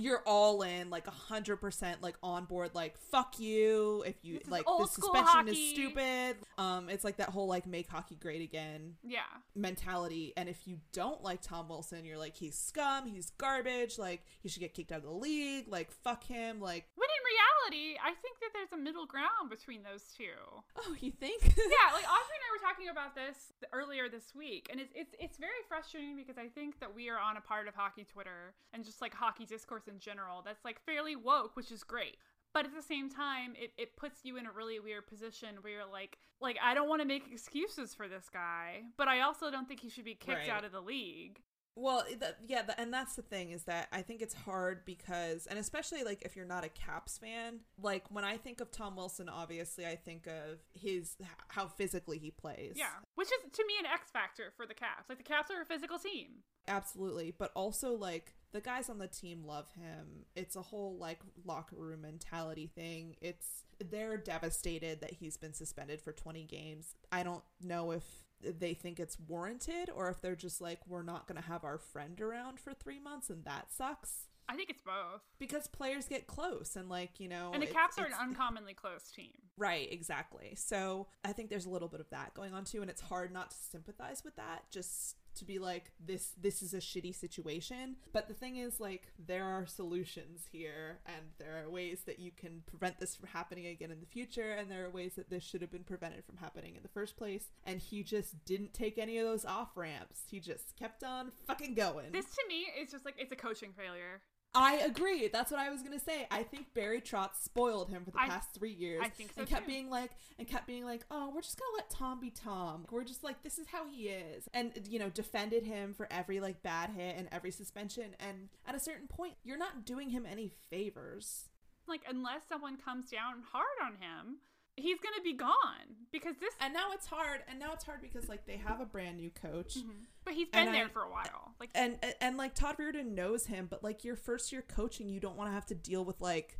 Speaker 1: you're all in like 100% like on board like fuck you if you
Speaker 2: This is
Speaker 1: like
Speaker 2: old
Speaker 1: this
Speaker 2: school
Speaker 1: suspension is
Speaker 2: hockey.
Speaker 1: stupid um it's like that whole like make hockey great again
Speaker 2: Yeah,
Speaker 1: mentality and if you don't like Tom Wilson you're like he's scum he's garbage like he should get kicked out of the league like fuck him like
Speaker 2: when in reality, I think that there's a middle ground between those two.
Speaker 1: oh you think
Speaker 2: yeah, like Audrey and I were talking about this earlier this week, and it's it's it's very frustrating because I think that we are on a part of hockey Twitter and just like hockey discourse in general that's like fairly woke, which is great. But at the same time, it, it puts you in a really weird position where you're like, like I don't want to make excuses for this guy, but I also don't think he should be kicked
Speaker 1: Right.
Speaker 2: out of the league.
Speaker 1: Well, th- yeah, th and that's the thing is that I think it's hard because, and especially like if you're not a Caps fan, like when I think of Tom Wilson, obviously I think of his h- how physically he plays.
Speaker 2: Yeah, which is to me an X factor for the Caps. Like the Caps are a physical team.
Speaker 1: absolutely. But also like The guys on the team love him. It's a whole like locker room mentality thing. It's they're devastated that he's been suspended for 20 games. I don't know if they think it's warranted or if they're just like we're not going to have our friend around for 3 months and that sucks
Speaker 2: I think it's both.
Speaker 1: because players get close and like, you know,
Speaker 2: and the
Speaker 1: Oh, it's-
Speaker 2: Caps are an
Speaker 1: it's-
Speaker 2: uncommonly close team.
Speaker 1: [laughs] Right, exactly. So I think there's a little bit of that going on too, and it's hard not to sympathize with that. Just to be like, this this is a shitty situation. But the thing is, like, there are solutions here, and there are ways that you can prevent this from happening again in the future, and there are ways that this should have been prevented from happening in the first place. And he just didn't take any of those off ramps. He just kept on fucking going.
Speaker 2: This to me is just like it's a coaching failure.
Speaker 1: I agree. That's what I was gonna say. I think Barry Trotz spoiled him for the
Speaker 2: I-
Speaker 1: past three years.
Speaker 2: I think so,
Speaker 1: And kept
Speaker 2: too.
Speaker 1: being like, and kept being like, oh, we're just gonna let Tom be Tom. We're just like, this is how he is, and you know, defended him for every like bad hit and every suspension. And at a certain point, you're not doing him any favors.
Speaker 2: Like unless someone comes down hard on him, he's gonna be gone because this.
Speaker 1: And now it's hard. And now it's hard because like they have a brand new coach.
Speaker 2: Mm-hmm. But he's been
Speaker 1: and
Speaker 2: there
Speaker 1: I-
Speaker 2: for a while. Like
Speaker 1: and and like Todd Reardon knows him, but like your first year coaching, you don't want to have to deal with like,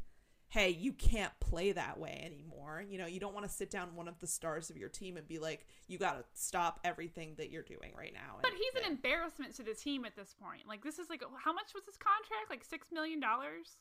Speaker 1: hey, you can't play that way anymore. You know, you don't want to sit down one of the stars of your team and be like, you got to stop everything that you're doing right now.
Speaker 2: But he's an embarrassment to the team at this point. Like this is like how much was this contract? Like six million dollars.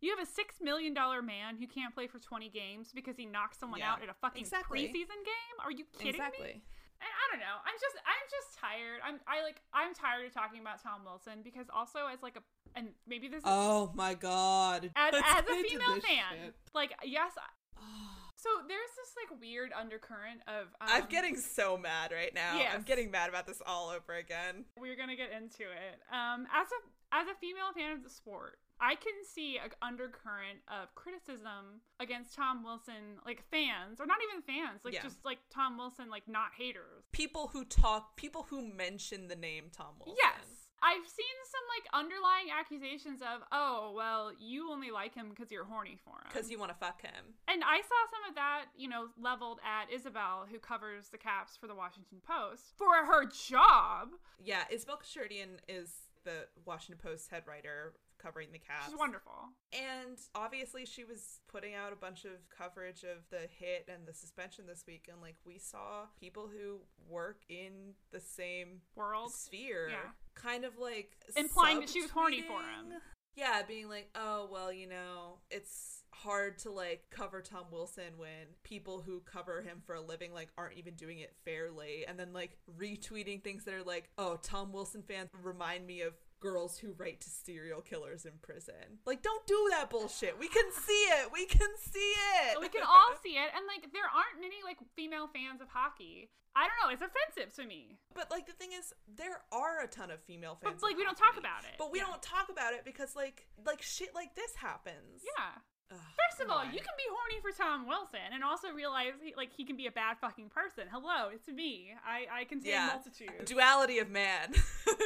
Speaker 2: You have a six million dollar man who can't play for twenty games because he knocked someone
Speaker 1: Yeah.
Speaker 2: out at a fucking
Speaker 1: Exactly.
Speaker 2: preseason game. Are you kidding me?
Speaker 1: exactly.
Speaker 2: And I don't know. I'm just I'm just tired. I'm I like I'm tired of talking about Tom Wilson because also as like a and maybe this is
Speaker 1: Oh my god.
Speaker 2: as,
Speaker 1: Let's
Speaker 2: as
Speaker 1: get
Speaker 2: a
Speaker 1: into
Speaker 2: female
Speaker 1: this
Speaker 2: fan.
Speaker 1: shit.
Speaker 2: Like yes. I- So there's this like weird undercurrent of um,
Speaker 1: I'm getting so mad right now. I'm
Speaker 2: Yes.
Speaker 1: getting mad about this all over again.
Speaker 2: we're gonna get into it. Um, as a as a female fan of the sport, I can see an undercurrent of criticism against Tom Wilson, like fans, or not even fans, like
Speaker 1: Yeah.
Speaker 2: just like Tom Wilson, like not haters.
Speaker 1: People who talk, people who mention the name Tom Wilson.
Speaker 2: Yes. I've seen some like underlying accusations of, oh, well, you only like him because you're horny for him.
Speaker 1: Because you want to fuck him.
Speaker 2: And I saw some of that, you know, leveled at Isabel, who covers the Caps for the Washington Post, for her job.
Speaker 1: Yeah, Isabel Kashurdian is the Washington Post head writer covering the Caps.
Speaker 2: She's wonderful.
Speaker 1: And obviously, she was putting out a bunch of coverage of the hit and the suspension this week. And like, we saw people who work in the same
Speaker 2: World.
Speaker 1: sphere
Speaker 2: Yeah.
Speaker 1: kind of like
Speaker 2: Implying that she was horny for
Speaker 1: subtweeting.
Speaker 2: him.
Speaker 1: Yeah, being like, oh, well, you know, it's hard to like cover Tom Wilson when people who cover him for a living like aren't even doing it fairly. And then like retweeting things that are like, oh, Tom Wilson fans remind me of girls who write to serial killers in prison. Like, don't do that bullshit. We can see it. We can see it. [laughs]
Speaker 2: we can all see it and like there aren't many like female fans of hockey i don't know it's offensive to me
Speaker 1: But like the thing is, there are a ton of female
Speaker 2: But,
Speaker 1: fans. of
Speaker 2: like, we don't
Speaker 1: hockey.
Speaker 2: talk about it.
Speaker 1: But we
Speaker 2: Yeah.
Speaker 1: don't talk about it because like like shit like this happens.
Speaker 2: yeah
Speaker 1: Ugh,
Speaker 2: first of all
Speaker 1: God.
Speaker 2: you can be horny for tom wilson and also realize he, like he can be a bad fucking person hello it's me i i contain multitudes
Speaker 1: Duality of man. [laughs]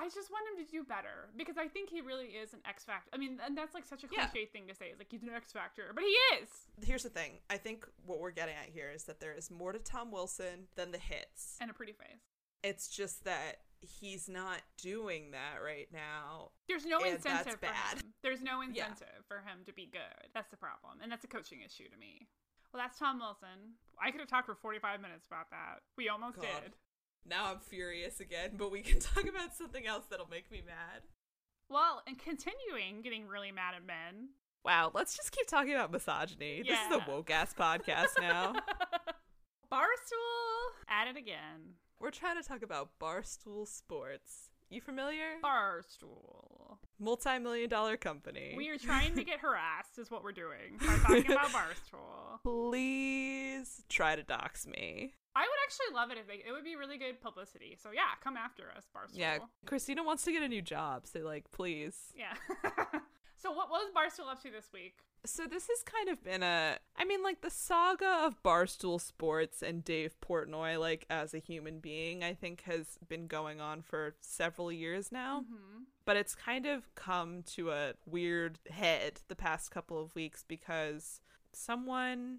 Speaker 2: i just want him to do better because i think he really is an x factor i mean and that's like such a
Speaker 1: Yeah.
Speaker 2: cliche thing to say it's like he's an x factor but he is
Speaker 1: Here's the thing. I think what we're getting at here is that there is more to Tom Wilson than the hits.
Speaker 2: and a pretty face
Speaker 1: It's just that he's not doing that right now.
Speaker 2: there's no
Speaker 1: And that's
Speaker 2: incentive
Speaker 1: bad.
Speaker 2: for him. There's no
Speaker 1: Yeah.
Speaker 2: incentive for him to be good. That's the problem, and that's a coaching issue to me. Well, that's Tom Wilson. I could have talked for 45 minutes about that. We almost
Speaker 1: God.
Speaker 2: did.
Speaker 1: Now I'm furious again, but we can [laughs] talk about something else that'll make me mad.
Speaker 2: Well, and continuing getting really mad
Speaker 1: [laughs]
Speaker 2: at men.
Speaker 1: Wow, let's just keep talking about misogyny. This is
Speaker 2: Yeah.
Speaker 1: a woke ass podcast
Speaker 2: [laughs]
Speaker 1: now.
Speaker 2: Barstool at it again.
Speaker 1: We're trying to talk about barstool sports. You familiar?
Speaker 2: Barstool.
Speaker 1: Multi million dollar company.
Speaker 2: We are trying
Speaker 1: [laughs]
Speaker 2: to get harassed, is what we're doing. By talking about Barstool.
Speaker 1: Please try to dox me.
Speaker 2: I would actually love it if they, it would be really good publicity. So yeah, come after us, Barstool.
Speaker 1: Yeah, Christina wants to get a new job, so like, please.
Speaker 2: Yeah. [laughs] so what was Barstool up to this week?
Speaker 1: So this has kind of been a, I mean, like the saga of Barstool Sports and Dave Portnoy, like as a human being, I think has been going on for several years now.
Speaker 2: Mm-hmm.
Speaker 1: But it's kind of come to a weird head the past couple of weeks because someone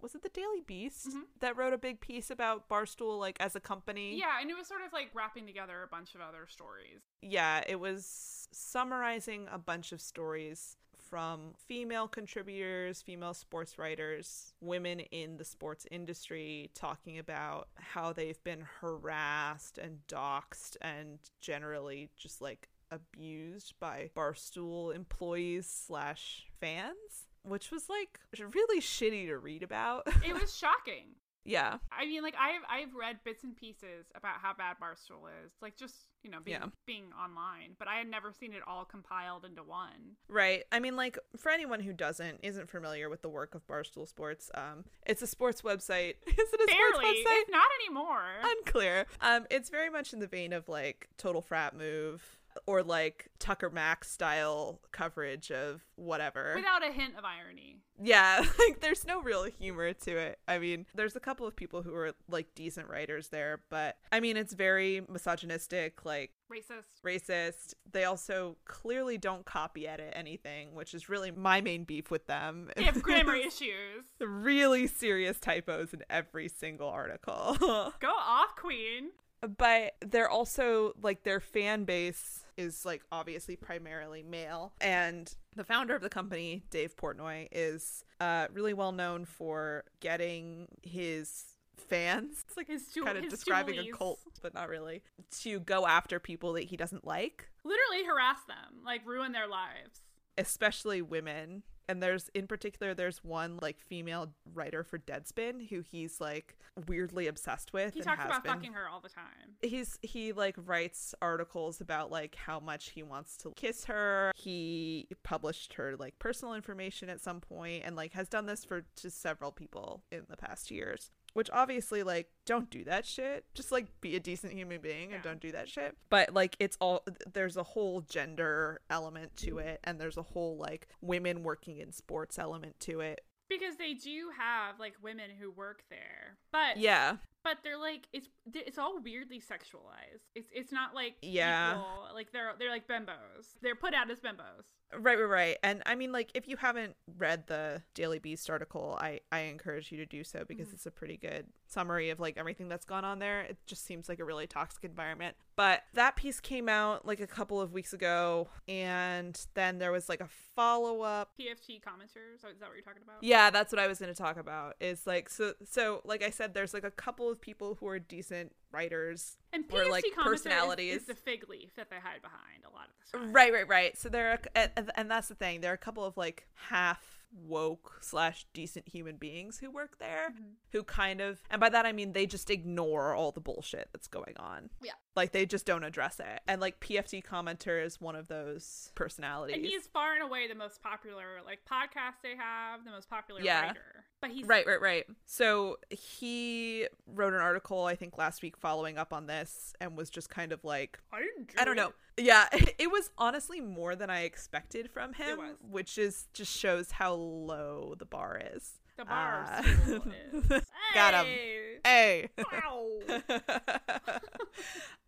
Speaker 1: was it the Daily Beast
Speaker 2: Mhm.
Speaker 1: that wrote a big piece about Barstool like as a company?
Speaker 2: Yeah, and it was sort of like wrapping together a bunch of other stories.
Speaker 1: Yeah, it was summarizing a bunch of stories from female contributors, female sports writers, women in the sports industry talking about how they've been harassed and doxxed and generally just like abused by barstool employees slash fans which was like really shitty to read about [laughs]
Speaker 2: It was shocking.
Speaker 1: yeah
Speaker 2: I mean, like I've I've read bits and pieces about how bad Barstool is, like just you know being
Speaker 1: Yeah.
Speaker 2: being online, but I had never seen it all compiled into one.
Speaker 1: Right. I mean, like for anyone who doesn't isn't familiar with the work of Barstool Sports, um, it's a sports website. [laughs] Is it a sports
Speaker 2: Barely,
Speaker 1: website?
Speaker 2: it's not anymore.
Speaker 1: Unclear. Um, it's very much in the vein of like total frat move or like Tucker Max style coverage of whatever.
Speaker 2: Without a hint of irony.
Speaker 1: yeah, [laughs] like there's no real humor to it. I mean, there's a couple of people who are like decent writers there, but I mean, it's very misogynistic, like [laughs]
Speaker 2: Racist.
Speaker 1: racist. They also clearly don't copy edit anything, which is really my main beef with them. [laughs]
Speaker 2: They have grammar issues.
Speaker 1: really serious typos in every single article. [laughs]
Speaker 2: Go off, Queen.
Speaker 1: but they're also like their fan base is like obviously primarily male and the founder of the company dave portnoy is uh, really well known for getting his fans it's like
Speaker 2: His ju-
Speaker 1: kind of
Speaker 2: his
Speaker 1: describing
Speaker 2: Julies.
Speaker 1: a cult but not really to go after people that he doesn't like
Speaker 2: Literally harass them, like ruin their lives.
Speaker 1: especially women. And there's in particular there's one like female writer for Deadspin who he's like weirdly obsessed with.
Speaker 2: He
Speaker 1: and
Speaker 2: talks
Speaker 1: has
Speaker 2: about
Speaker 1: been.
Speaker 2: fucking her all the time.
Speaker 1: He's he like writes articles about like how much he wants to kiss her. He published her like personal information at some point and like has done this for just several people in the past years. Which obviously like don't do that shit. Just like be a decent human being and
Speaker 2: Yeah.
Speaker 1: don't do that shit. But like it's all there's a whole gender element to it and there's a whole like women working in sports element to it.
Speaker 2: Because they do have like women who work there, but
Speaker 1: Yeah.
Speaker 2: but they're like it's th- it's all weirdly sexualized. It's it's not like
Speaker 1: Yeah.
Speaker 2: equal. like they're they're like bimbos. They're put out as bimbos.
Speaker 1: Right, right, right. And I mean, like, if you haven't read the Daily Beast article, I I encourage you to do so because it's a pretty good summary of like everything that's gone on there. It just seems like a really toxic environment. But that piece came out like a couple of weeks ago, and then there was like a follow up.
Speaker 2: PFT commenters. Is that what you're talking about?
Speaker 1: Yeah, that's what I was going to talk about. Is like so so like I said, there's like a couple of people who are decent writers
Speaker 2: And
Speaker 1: Or,
Speaker 2: PFT
Speaker 1: like,
Speaker 2: commenter is-
Speaker 1: personalities.
Speaker 2: is, the fig leaf that they hide behind a lot of the time.
Speaker 1: Right, right, right. So there are, and- and that's the thing. There are a couple of like half woke slash decent human beings who work there,
Speaker 2: Mm-hmm.
Speaker 1: who kind of, and by that I mean they just ignore all the bullshit that's going on.
Speaker 2: Yeah.
Speaker 1: Like they just don't address it. And like PFT commenter is one of those personalities.
Speaker 2: And he's far and away the most popular like podcast they have, the most popular
Speaker 1: Yeah.
Speaker 2: writer. But he's
Speaker 1: Right, right, right. So he wrote an article, I think, last week following up on this and was just kind of like,
Speaker 2: I, didn't
Speaker 1: I don't
Speaker 2: do it.
Speaker 1: know. Yeah, [laughs] it was honestly more than I expected from him,
Speaker 2: was.
Speaker 1: which is just shows how low the bar is.
Speaker 2: The bar
Speaker 1: Ah.
Speaker 2: stool is.
Speaker 1: [laughs] Got 'em.
Speaker 2: Hey!
Speaker 1: Hey.
Speaker 2: Wow.
Speaker 1: [laughs]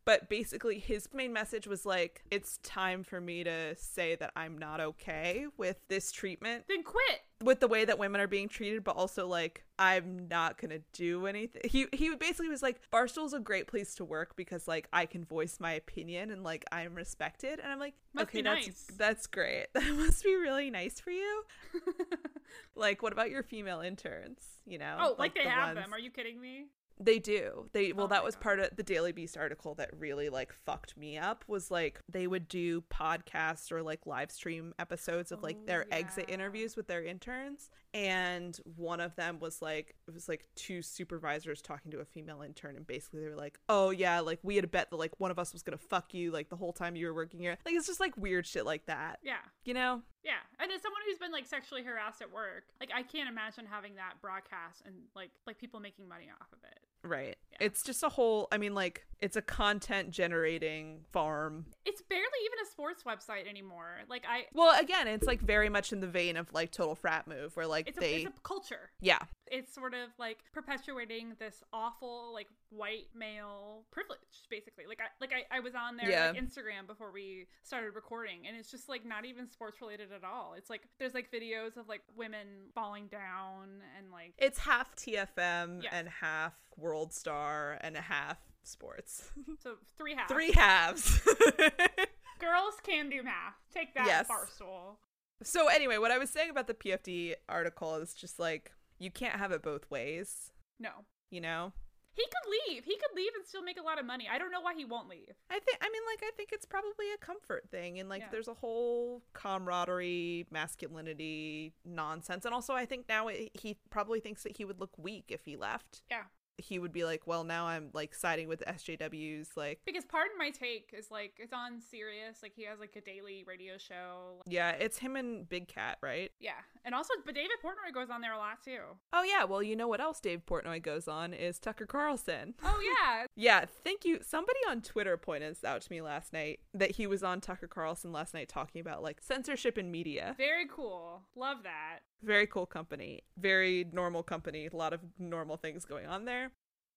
Speaker 1: but basically his main message was like it's time for me to say that I'm not okay with this treatment,
Speaker 2: then quit.
Speaker 1: with the way that women are being treated, but also like I'm not going to do anything. He he basically was like Barstool's a great place to work because like I can voice my opinion and like I'm respected and I'm like
Speaker 2: Must
Speaker 1: okay
Speaker 2: be
Speaker 1: that's
Speaker 2: nice.
Speaker 1: that's great. [laughs] That must be really nice for
Speaker 2: [laughs]
Speaker 1: you. like what about your female interns, you know?
Speaker 2: Oh, like, they
Speaker 1: the
Speaker 2: have
Speaker 1: ones-
Speaker 2: them. Are you kidding me?
Speaker 1: they do. They well,
Speaker 2: Oh
Speaker 1: that
Speaker 2: my
Speaker 1: was
Speaker 2: God.
Speaker 1: part of the Daily Beast article that really like fucked me up. Was like they would do podcasts or like live stream episodes of like
Speaker 2: Oh,
Speaker 1: their exit
Speaker 2: yeah.
Speaker 1: interviews with their interns, and one of them was like it was like two supervisors talking to a female intern, and basically they were like, "Oh yeah, like we had a bet that like one of us was gonna fuck you like the whole time you were working here." Like it's just like weird shit like that,
Speaker 2: Yeah.
Speaker 1: you know?
Speaker 2: Yeah. And as someone who's been like sexually harassed at work, like I can't imagine having that broadcast and like like people making money off of it.
Speaker 1: Right.
Speaker 2: Yeah.
Speaker 1: It's just a whole. I mean, like it's a content generating farm
Speaker 2: It's barely even a sports website anymore. Like I,
Speaker 1: Well, again, it's like very much in the vein of like total frat move where like
Speaker 2: it's a,
Speaker 1: they
Speaker 2: it's a culture.
Speaker 1: yeah.
Speaker 2: It's sort of like perpetuating this awful like white male privilege, basically. Like I, like I, I was on their
Speaker 1: Yeah.
Speaker 2: like, Instagram before we started recording, and it's just like not even sports related at all. It's like there's like videos of like women falling down and like
Speaker 1: It's half TFM
Speaker 2: Yeah.
Speaker 1: and half World Star and a half sports.
Speaker 2: so three halves.
Speaker 1: Three halves. [laughs]
Speaker 2: girls can do math. Take that
Speaker 1: Yes.
Speaker 2: barstool.
Speaker 1: so anyway, what I was saying about the PFD article is just like you can't have it both ways,
Speaker 2: No,
Speaker 1: you know?
Speaker 2: He could leave. He could leave and still make a lot of money. I don't know why he won't leave.
Speaker 1: I think I mean like I think it's probably a comfort thing and like
Speaker 2: Yeah.
Speaker 1: there's a whole camaraderie, masculinity nonsense and also I think now it, he probably thinks that he would look weak if he left.
Speaker 2: Yeah.
Speaker 1: He would be like, "Well, now I'm like siding with the SJWs like
Speaker 2: Because Pardon My Take is like, it's on Sirius. Like, he has like a daily radio show.
Speaker 1: yeah, it's him and Big Cat, right?
Speaker 2: Yeah. And also, but David Portnoy goes on there a lot too.
Speaker 1: Oh yeah, well, you know what else Dave Portnoy goes on is Tucker Carlson.
Speaker 2: Oh, yeah.
Speaker 1: Yeah, thank you. Somebody on Twitter pointed this out to me last night that he was on Tucker Carlson last night talking about like censorship in media.
Speaker 2: Very cool. Love that.
Speaker 1: Very cool company. Very normal company. A lot of normal things going on there.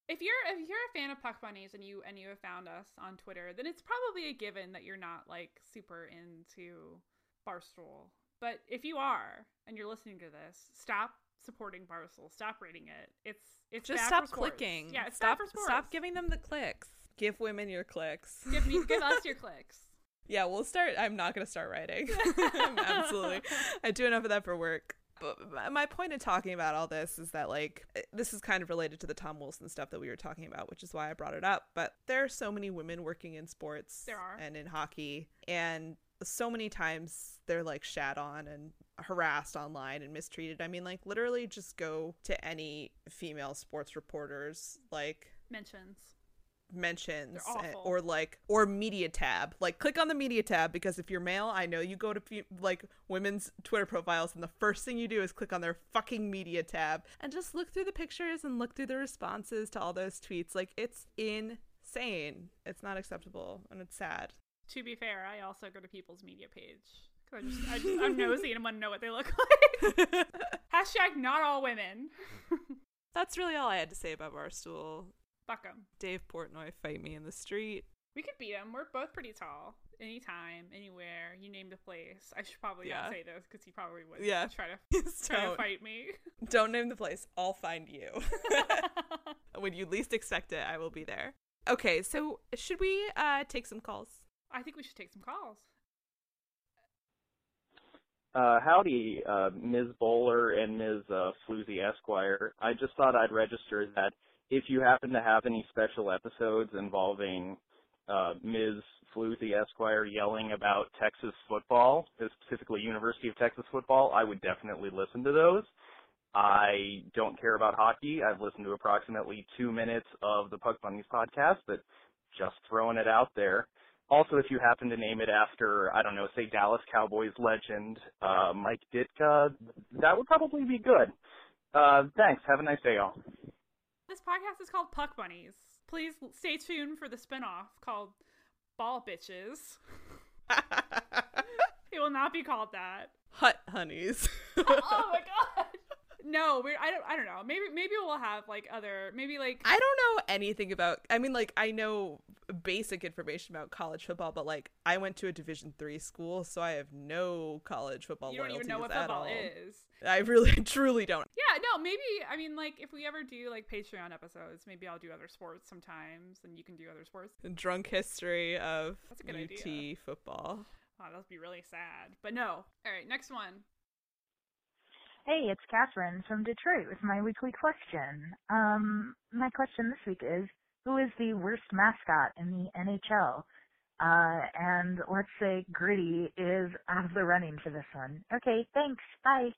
Speaker 2: If you're if you're a fan of Puck Bunnies and you and you have found us on Twitter, then it's probably a given that you're not like super into Barstool. But if you are and you're listening to this, stop supporting Barstool. Stop rating it. It's it's
Speaker 1: Just
Speaker 2: bad
Speaker 1: stop
Speaker 2: for sports.
Speaker 1: clicking.
Speaker 2: Yeah, it's
Speaker 1: stop
Speaker 2: bad for sports.
Speaker 1: stop giving them the clicks. Give women your clicks. [laughs]
Speaker 2: give me give us your clicks.
Speaker 1: Yeah, we'll start. I'm not going to start
Speaker 2: [laughs]
Speaker 1: writing. [laughs] Absolutely. I do enough of that for work. But my- my point in talking about all this is that, like, eh, this is kind of related to the Tom Wilson stuff that we were talking about, which is why I brought it up. But there are so many women working in sports
Speaker 2: There are.
Speaker 1: and in hockey. And so many times they're, like, shat on and harassed online and mistreated. I mean, like, literally just go to any female sports reporters, like,
Speaker 2: Mentions.
Speaker 1: mentions
Speaker 2: They're
Speaker 1: eh,
Speaker 2: awful.
Speaker 1: or like or media tab like click on the media tab because if you're male i know you go to fe- like women's twitter profiles and the first thing you do is click on their fucking media tab and just look through the pictures and look through the responses to all those tweets like it's insane it's not acceptable and it's sad
Speaker 2: To be fair, I also go to people's media page. 'Cause I just, I just, I'm nosy and I want to know what they look [laughs]
Speaker 1: [laughs]
Speaker 2: like. Hashtag not all women.
Speaker 1: [laughs]
Speaker 2: [laughs]
Speaker 1: that's really all i had to say about barstool
Speaker 2: Fuck 'em.
Speaker 1: dave portnoy fight me in the street [laughs]
Speaker 2: We could beat him. We're both pretty tall. Anytime, anywhere, you name the place. I should probably
Speaker 1: Yeah.
Speaker 2: not say this because he probably would
Speaker 1: Yeah.
Speaker 2: try
Speaker 1: [laughs]
Speaker 2: to
Speaker 1: Please
Speaker 2: try to
Speaker 1: don't. [laughs]
Speaker 2: fight me. [laughs]
Speaker 1: don't name the place i'll find [laughs] you when you least expect it, I will be there. Okay, so should we uh, take some
Speaker 2: [laughs]
Speaker 1: calls?
Speaker 2: I think we should take some calls.
Speaker 3: Uh, howdy, uh, Ms. Bowler and Ms. Uh, Floozy Esquire. I just thought I'd register that if you happen to have any special episodes involving uh, Ms. Floozy Esquire yelling about Texas football, uh, specifically University of Texas football, I would definitely listen to those. I don't care about hockey. I've listened to approximately two minutes of the Puck Bunnies podcast, but just throwing it out there. Also, if you happen to name it after, I don't know, say Dallas Cowboys legend uh, Mike Ditka, that would probably be good. Uh, thanks. Have a nice day, all.
Speaker 2: This podcast is called Puck Bunnies. Please stay tuned for the spinoff called Ball Bitches. [laughs] It will not be called that.
Speaker 1: [laughs] Hut honeys. [laughs]
Speaker 2: oh my god. No, we're, I don't. I don't know. Maybe maybe we'll have like other. Maybe like
Speaker 1: I don't know anything about. I mean, like I know basic information about college football, but like I went to a Division three school, so I have no college football.
Speaker 2: you don't even know what
Speaker 1: loyalties at
Speaker 2: football
Speaker 1: all.
Speaker 2: is.
Speaker 1: I really, [laughs] truly don't.
Speaker 2: Yeah. No. Maybe. I mean, like if we ever do like Patreon episodes, maybe I'll do other sports sometimes, and you can do other sports.
Speaker 1: Drunk history of
Speaker 2: That's a good
Speaker 1: UT
Speaker 2: idea.
Speaker 1: football.
Speaker 2: Wow, that would be really sad. But no. All right. Next one.
Speaker 4: Hey, it's Catherine from Detroit with my weekly question. Um, my question this week is Who is the worst mascot in the NHL? Uh, and let's say Gritty is out of the running for this one. Okay, thanks. Bye.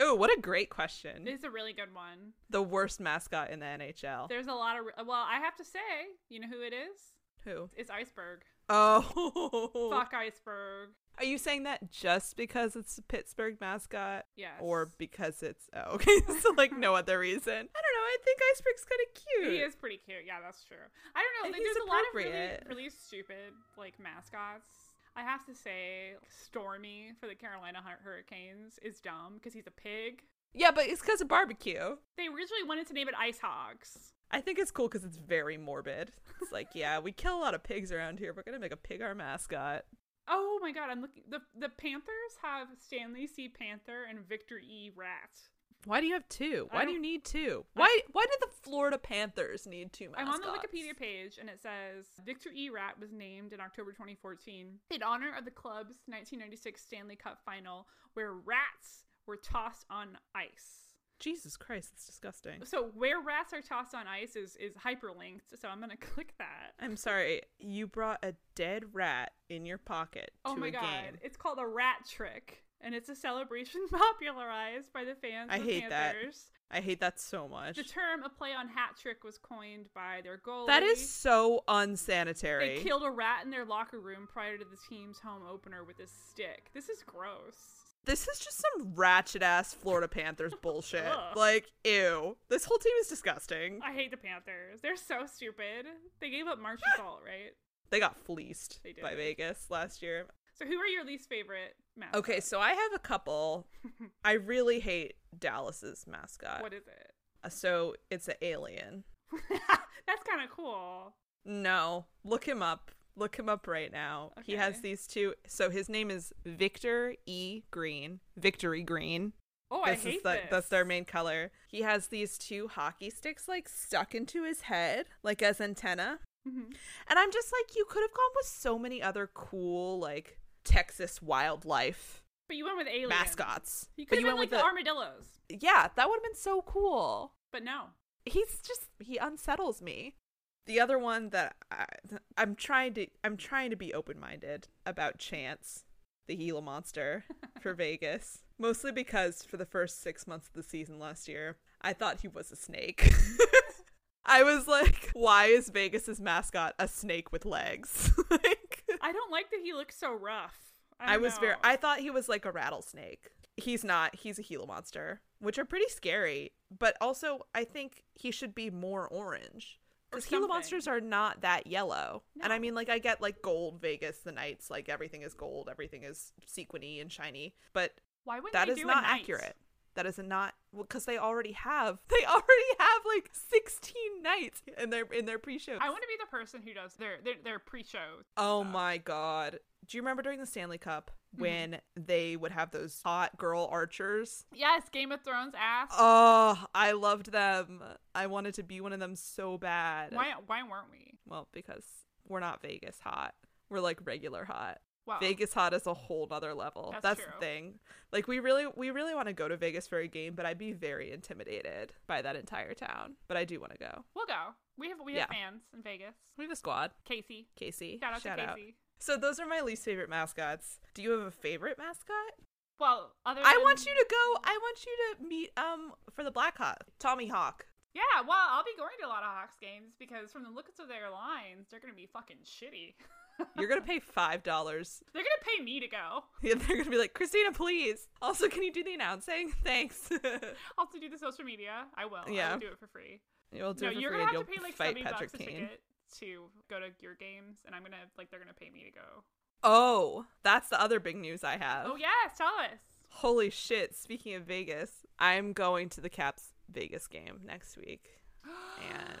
Speaker 1: Oh, what a great question!
Speaker 2: This is a really good one.
Speaker 1: the worst mascot in the NHL.
Speaker 2: There's a lot of. Well, I have to say, you know who it is?
Speaker 1: Who?
Speaker 2: It's Iceberg.
Speaker 1: Oh,
Speaker 2: Fuck Iceberg.
Speaker 1: Are you saying that just because it's the Pittsburgh mascot?
Speaker 2: Yes.
Speaker 1: [laughs] Or because it's oh, okay, so like no other reason. I don't I think Iceberg's kind of cute.
Speaker 2: He is pretty cute. Yeah, that's true. I don't know.
Speaker 1: And
Speaker 2: like,
Speaker 1: he's
Speaker 2: there's a lot of really,
Speaker 1: appropriate.
Speaker 2: really stupid like mascots. I have to say, Stormy for the Carolina Hur- Hurricanes is dumb because he's a pig.
Speaker 1: Yeah, but it's because of barbecue.
Speaker 2: They originally wanted to name it Ice Hogs.
Speaker 1: I think it's cool because it's very morbid. It's like, [laughs] yeah, we kill a lot of pigs around here. We're gonna make a pig our mascot.
Speaker 2: Oh my god, I'm looking. The the Panthers have Stanley C. Panther and Victor E. Rat.
Speaker 1: Why do you have two?
Speaker 2: I
Speaker 1: Why do
Speaker 2: don't-
Speaker 1: you need two? Why Why do the Florida Panthers need two mascots?
Speaker 2: I'm on the Wikipedia page and it says Victor E. Rat was named in October 2014 in honor of the club's 1996 Stanley Cup final where rats were tossed on ice.
Speaker 1: Jesus Christ, that's disgusting.
Speaker 2: So where rats are tossed on ice is is hyperlinked, so I'm gonna [laughs] click that.
Speaker 1: I'm sorry, you brought a dead rat in your pocket
Speaker 2: Oh
Speaker 1: to
Speaker 2: my
Speaker 1: a
Speaker 2: god.
Speaker 1: game.
Speaker 2: It's called a rat trick. And it's a celebration [laughs] popularized by the fans
Speaker 1: I
Speaker 2: of
Speaker 1: hate that.
Speaker 2: Panthers.
Speaker 1: I hate that so much.
Speaker 2: The term a play on hat trick was coined by their goalie.
Speaker 1: That is so unsanitary.
Speaker 2: They killed a rat in their locker room prior to the team's home opener with a stick. This is gross.
Speaker 1: this is just some ratchet ass Florida
Speaker 2: [laughs]
Speaker 1: Panthers bullshit.
Speaker 2: Ugh.
Speaker 1: Like, ew. This whole team is disgusting.
Speaker 2: I hate the Panthers. They're so stupid. They gave up March
Speaker 1: Ah!
Speaker 2: Assault, right?
Speaker 1: They got fleeced
Speaker 2: They did.
Speaker 1: by Vegas last year.
Speaker 2: So who are your least favorite mascots?
Speaker 1: Okay, so I have a
Speaker 2: [laughs]
Speaker 1: couple. I really hate Dallas's mascot. Uh,
Speaker 2: what is it? [laughs]
Speaker 1: So it's an alien.
Speaker 2: That's kind of cool.
Speaker 1: No, look him up. Look him up right now. He has
Speaker 2: Okay.
Speaker 1: these two. So his name is Victor E. Green. Victory Green.
Speaker 2: Oh,
Speaker 1: This
Speaker 2: I hate
Speaker 1: is the,
Speaker 2: this.
Speaker 1: That's their main color. He has these two hockey sticks like stuck into his head, like as antenna.
Speaker 2: Mhm.
Speaker 1: And I'm just like, you could have gone with so many other cool like Texas wildlife
Speaker 2: But you went with aliens.
Speaker 1: mascots.
Speaker 2: You
Speaker 1: But
Speaker 2: could have went like the,
Speaker 1: the-
Speaker 2: armadillos.
Speaker 1: yeah, that would have been so cool.
Speaker 2: But no.
Speaker 1: He's just he unsettles me. The other one that I, I'm trying to I'm trying to be open minded about Chance, the Gila monster for Vegas, mostly because for the first six months of the season last year, I thought he was a snake. I was like, why is Vegas's mascot a snake with legs? [laughs] like,
Speaker 2: I don't like that he looks so rough. I,
Speaker 1: I was very.
Speaker 2: know.
Speaker 1: I thought he was like a rattlesnake. He's not. He's a Gila monster, which are pretty scary. But also, I think he should be more orange
Speaker 2: Or
Speaker 1: because Gila
Speaker 2: something.
Speaker 1: monsters are not that yellow. And I
Speaker 2: No.
Speaker 1: mean, like I get like gold Vegas, the knights, like everything is gold, everything is sequiny and shiny. But
Speaker 2: Why wouldn't
Speaker 1: that
Speaker 2: they
Speaker 1: is
Speaker 2: do a
Speaker 1: not
Speaker 2: knight?
Speaker 1: accurate. That is not because they already have. [laughs] They already have like sixteen knights in their in their pre-show.
Speaker 2: I want to be the person who does their their, their pre-show.
Speaker 1: Oh my god. Do you remember during the Stanley Cup
Speaker 2: Mm-hmm.
Speaker 1: when they would have those hot girl archers?
Speaker 2: Yes, Game of Thrones ass.
Speaker 1: Oh, I loved them. I wanted to be one of them so bad.
Speaker 2: why why weren't we?
Speaker 1: Well, because we're not Vegas hot. We're like regular hot.
Speaker 2: Wow.
Speaker 1: Vegas hot is a whole nother level.
Speaker 2: That's
Speaker 1: That's, the
Speaker 2: true.
Speaker 1: thing. Like we really we really want to go to Vegas for a game, but I'd be very intimidated by that entire town. But I do want to go.
Speaker 2: We'll go. We have we have fans in Vegas.
Speaker 1: We have a squad.
Speaker 2: Casey.
Speaker 1: Casey.
Speaker 2: Shout out to Casey.
Speaker 1: So those are my least favorite mascots. Do you have a favorite mascot?
Speaker 2: Well, other
Speaker 1: I want
Speaker 2: than-
Speaker 1: you to go. I want you to meet um for the Black Hawk, Tommy Hawk.
Speaker 2: Yeah, well, I'll be going to a lot of Hawks games because from the looks of their lines, they're going to be fucking shitty. [laughs]
Speaker 1: You're gonna pay five dollars. [laughs]
Speaker 2: They're going to pay me to go. [laughs]
Speaker 1: Yeah, they're gonna be like, Christina, please. Also, can you do the announcing? [laughs] Thanks.
Speaker 2: I'll have to do the social media. I will. I
Speaker 1: Yeah.
Speaker 2: will do it for free.
Speaker 1: you'll do
Speaker 2: no,
Speaker 1: it for
Speaker 2: you're
Speaker 1: free
Speaker 2: gonna
Speaker 1: and
Speaker 2: have
Speaker 1: you'll
Speaker 2: to pay like
Speaker 1: fight
Speaker 2: seventy
Speaker 1: Patrick
Speaker 2: bucks a
Speaker 1: Kane.
Speaker 2: ticket to go to your games, and I'm gonna like they're gonna pay me to go.
Speaker 1: Oh, that's the other big news I have.
Speaker 2: Oh yes, tell us.
Speaker 1: Holy shit! Speaking of Vegas, I'm going to the Caps Vegas game next week,
Speaker 2: [gasps]
Speaker 1: and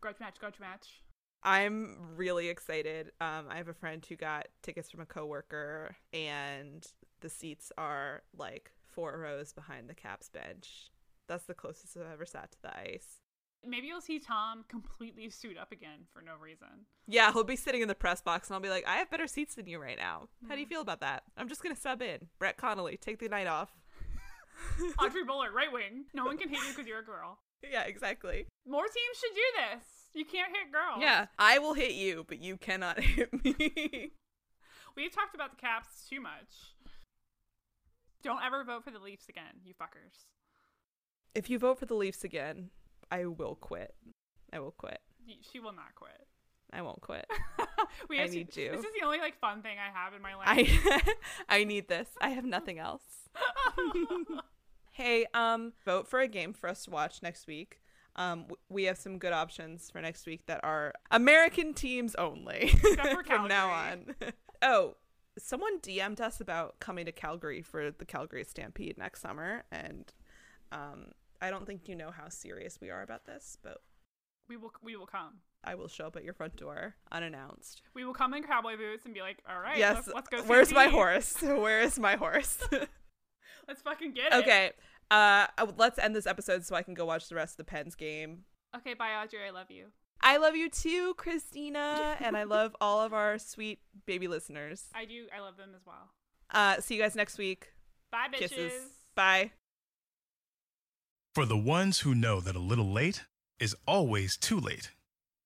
Speaker 2: Grudge match, grudge match.
Speaker 1: I'm really excited. Um, I have a friend who got tickets from a coworker, and the seats are like four rows behind the Caps bench. That's the closest I've ever sat to the ice.
Speaker 2: Maybe you'll see Tom completely suit up again for no reason. [laughs]
Speaker 1: Yeah, he'll be sitting in the press box, and I'll be like, "I have better seats than you right now. How do you feel about that? I'm just gonna sub in. Brett Connolly, take the night off." [laughs]
Speaker 2: Audrey Buller, right wing. No one can hate you because you're a girl.
Speaker 1: yeah, exactly.
Speaker 2: More teams should do this. You can't hit girls.
Speaker 1: Yeah, I will hit you, but you cannot [laughs] hit me. [laughs]
Speaker 2: We've talked about the Caps too much. Don't ever vote for the Leafs again, you fuckers.
Speaker 1: if you vote for the Leafs again, I will quit. I will quit.
Speaker 2: Y- She will not quit.
Speaker 1: I won't quit.
Speaker 2: [laughs] we
Speaker 1: I
Speaker 2: actually-
Speaker 1: need you. [laughs]
Speaker 2: This is the only like fun thing I have in my life. [laughs]
Speaker 1: I [laughs] I need this. I have nothing else. hey, um, vote for a game for us to watch next week. Um, w- we have some good options for next week that are American teams only
Speaker 2: for
Speaker 1: [laughs] from now
Speaker 2: Calgary.
Speaker 1: on. [laughs] oh, someone DM'd us about coming to Calgary for the Calgary Stampede next summer, and um, I don't think you know how serious we are about this, but
Speaker 2: We will we will come.
Speaker 1: I will show up at your front door unannounced.
Speaker 2: We will come in cowboy boots and be like, all right,
Speaker 1: yes,
Speaker 2: let's, let's go.
Speaker 1: where's my
Speaker 2: stampede.
Speaker 1: horse? [laughs] Where is my
Speaker 2: [laughs]
Speaker 1: horse?
Speaker 2: Let's fucking get it.
Speaker 1: okay. Uh, I- let's end this episode so I can go watch the rest of the Pens game.
Speaker 2: Okay, bye, Audrey. I love you.
Speaker 1: I love you too, Christina, and I
Speaker 2: [laughs]
Speaker 1: love all of our sweet baby listeners.
Speaker 2: I do. I love them as well.
Speaker 1: Uh, see you guys next week.
Speaker 2: Bye, bitches.
Speaker 1: Kisses. Bye.
Speaker 5: For the ones who know that a little late is always too late,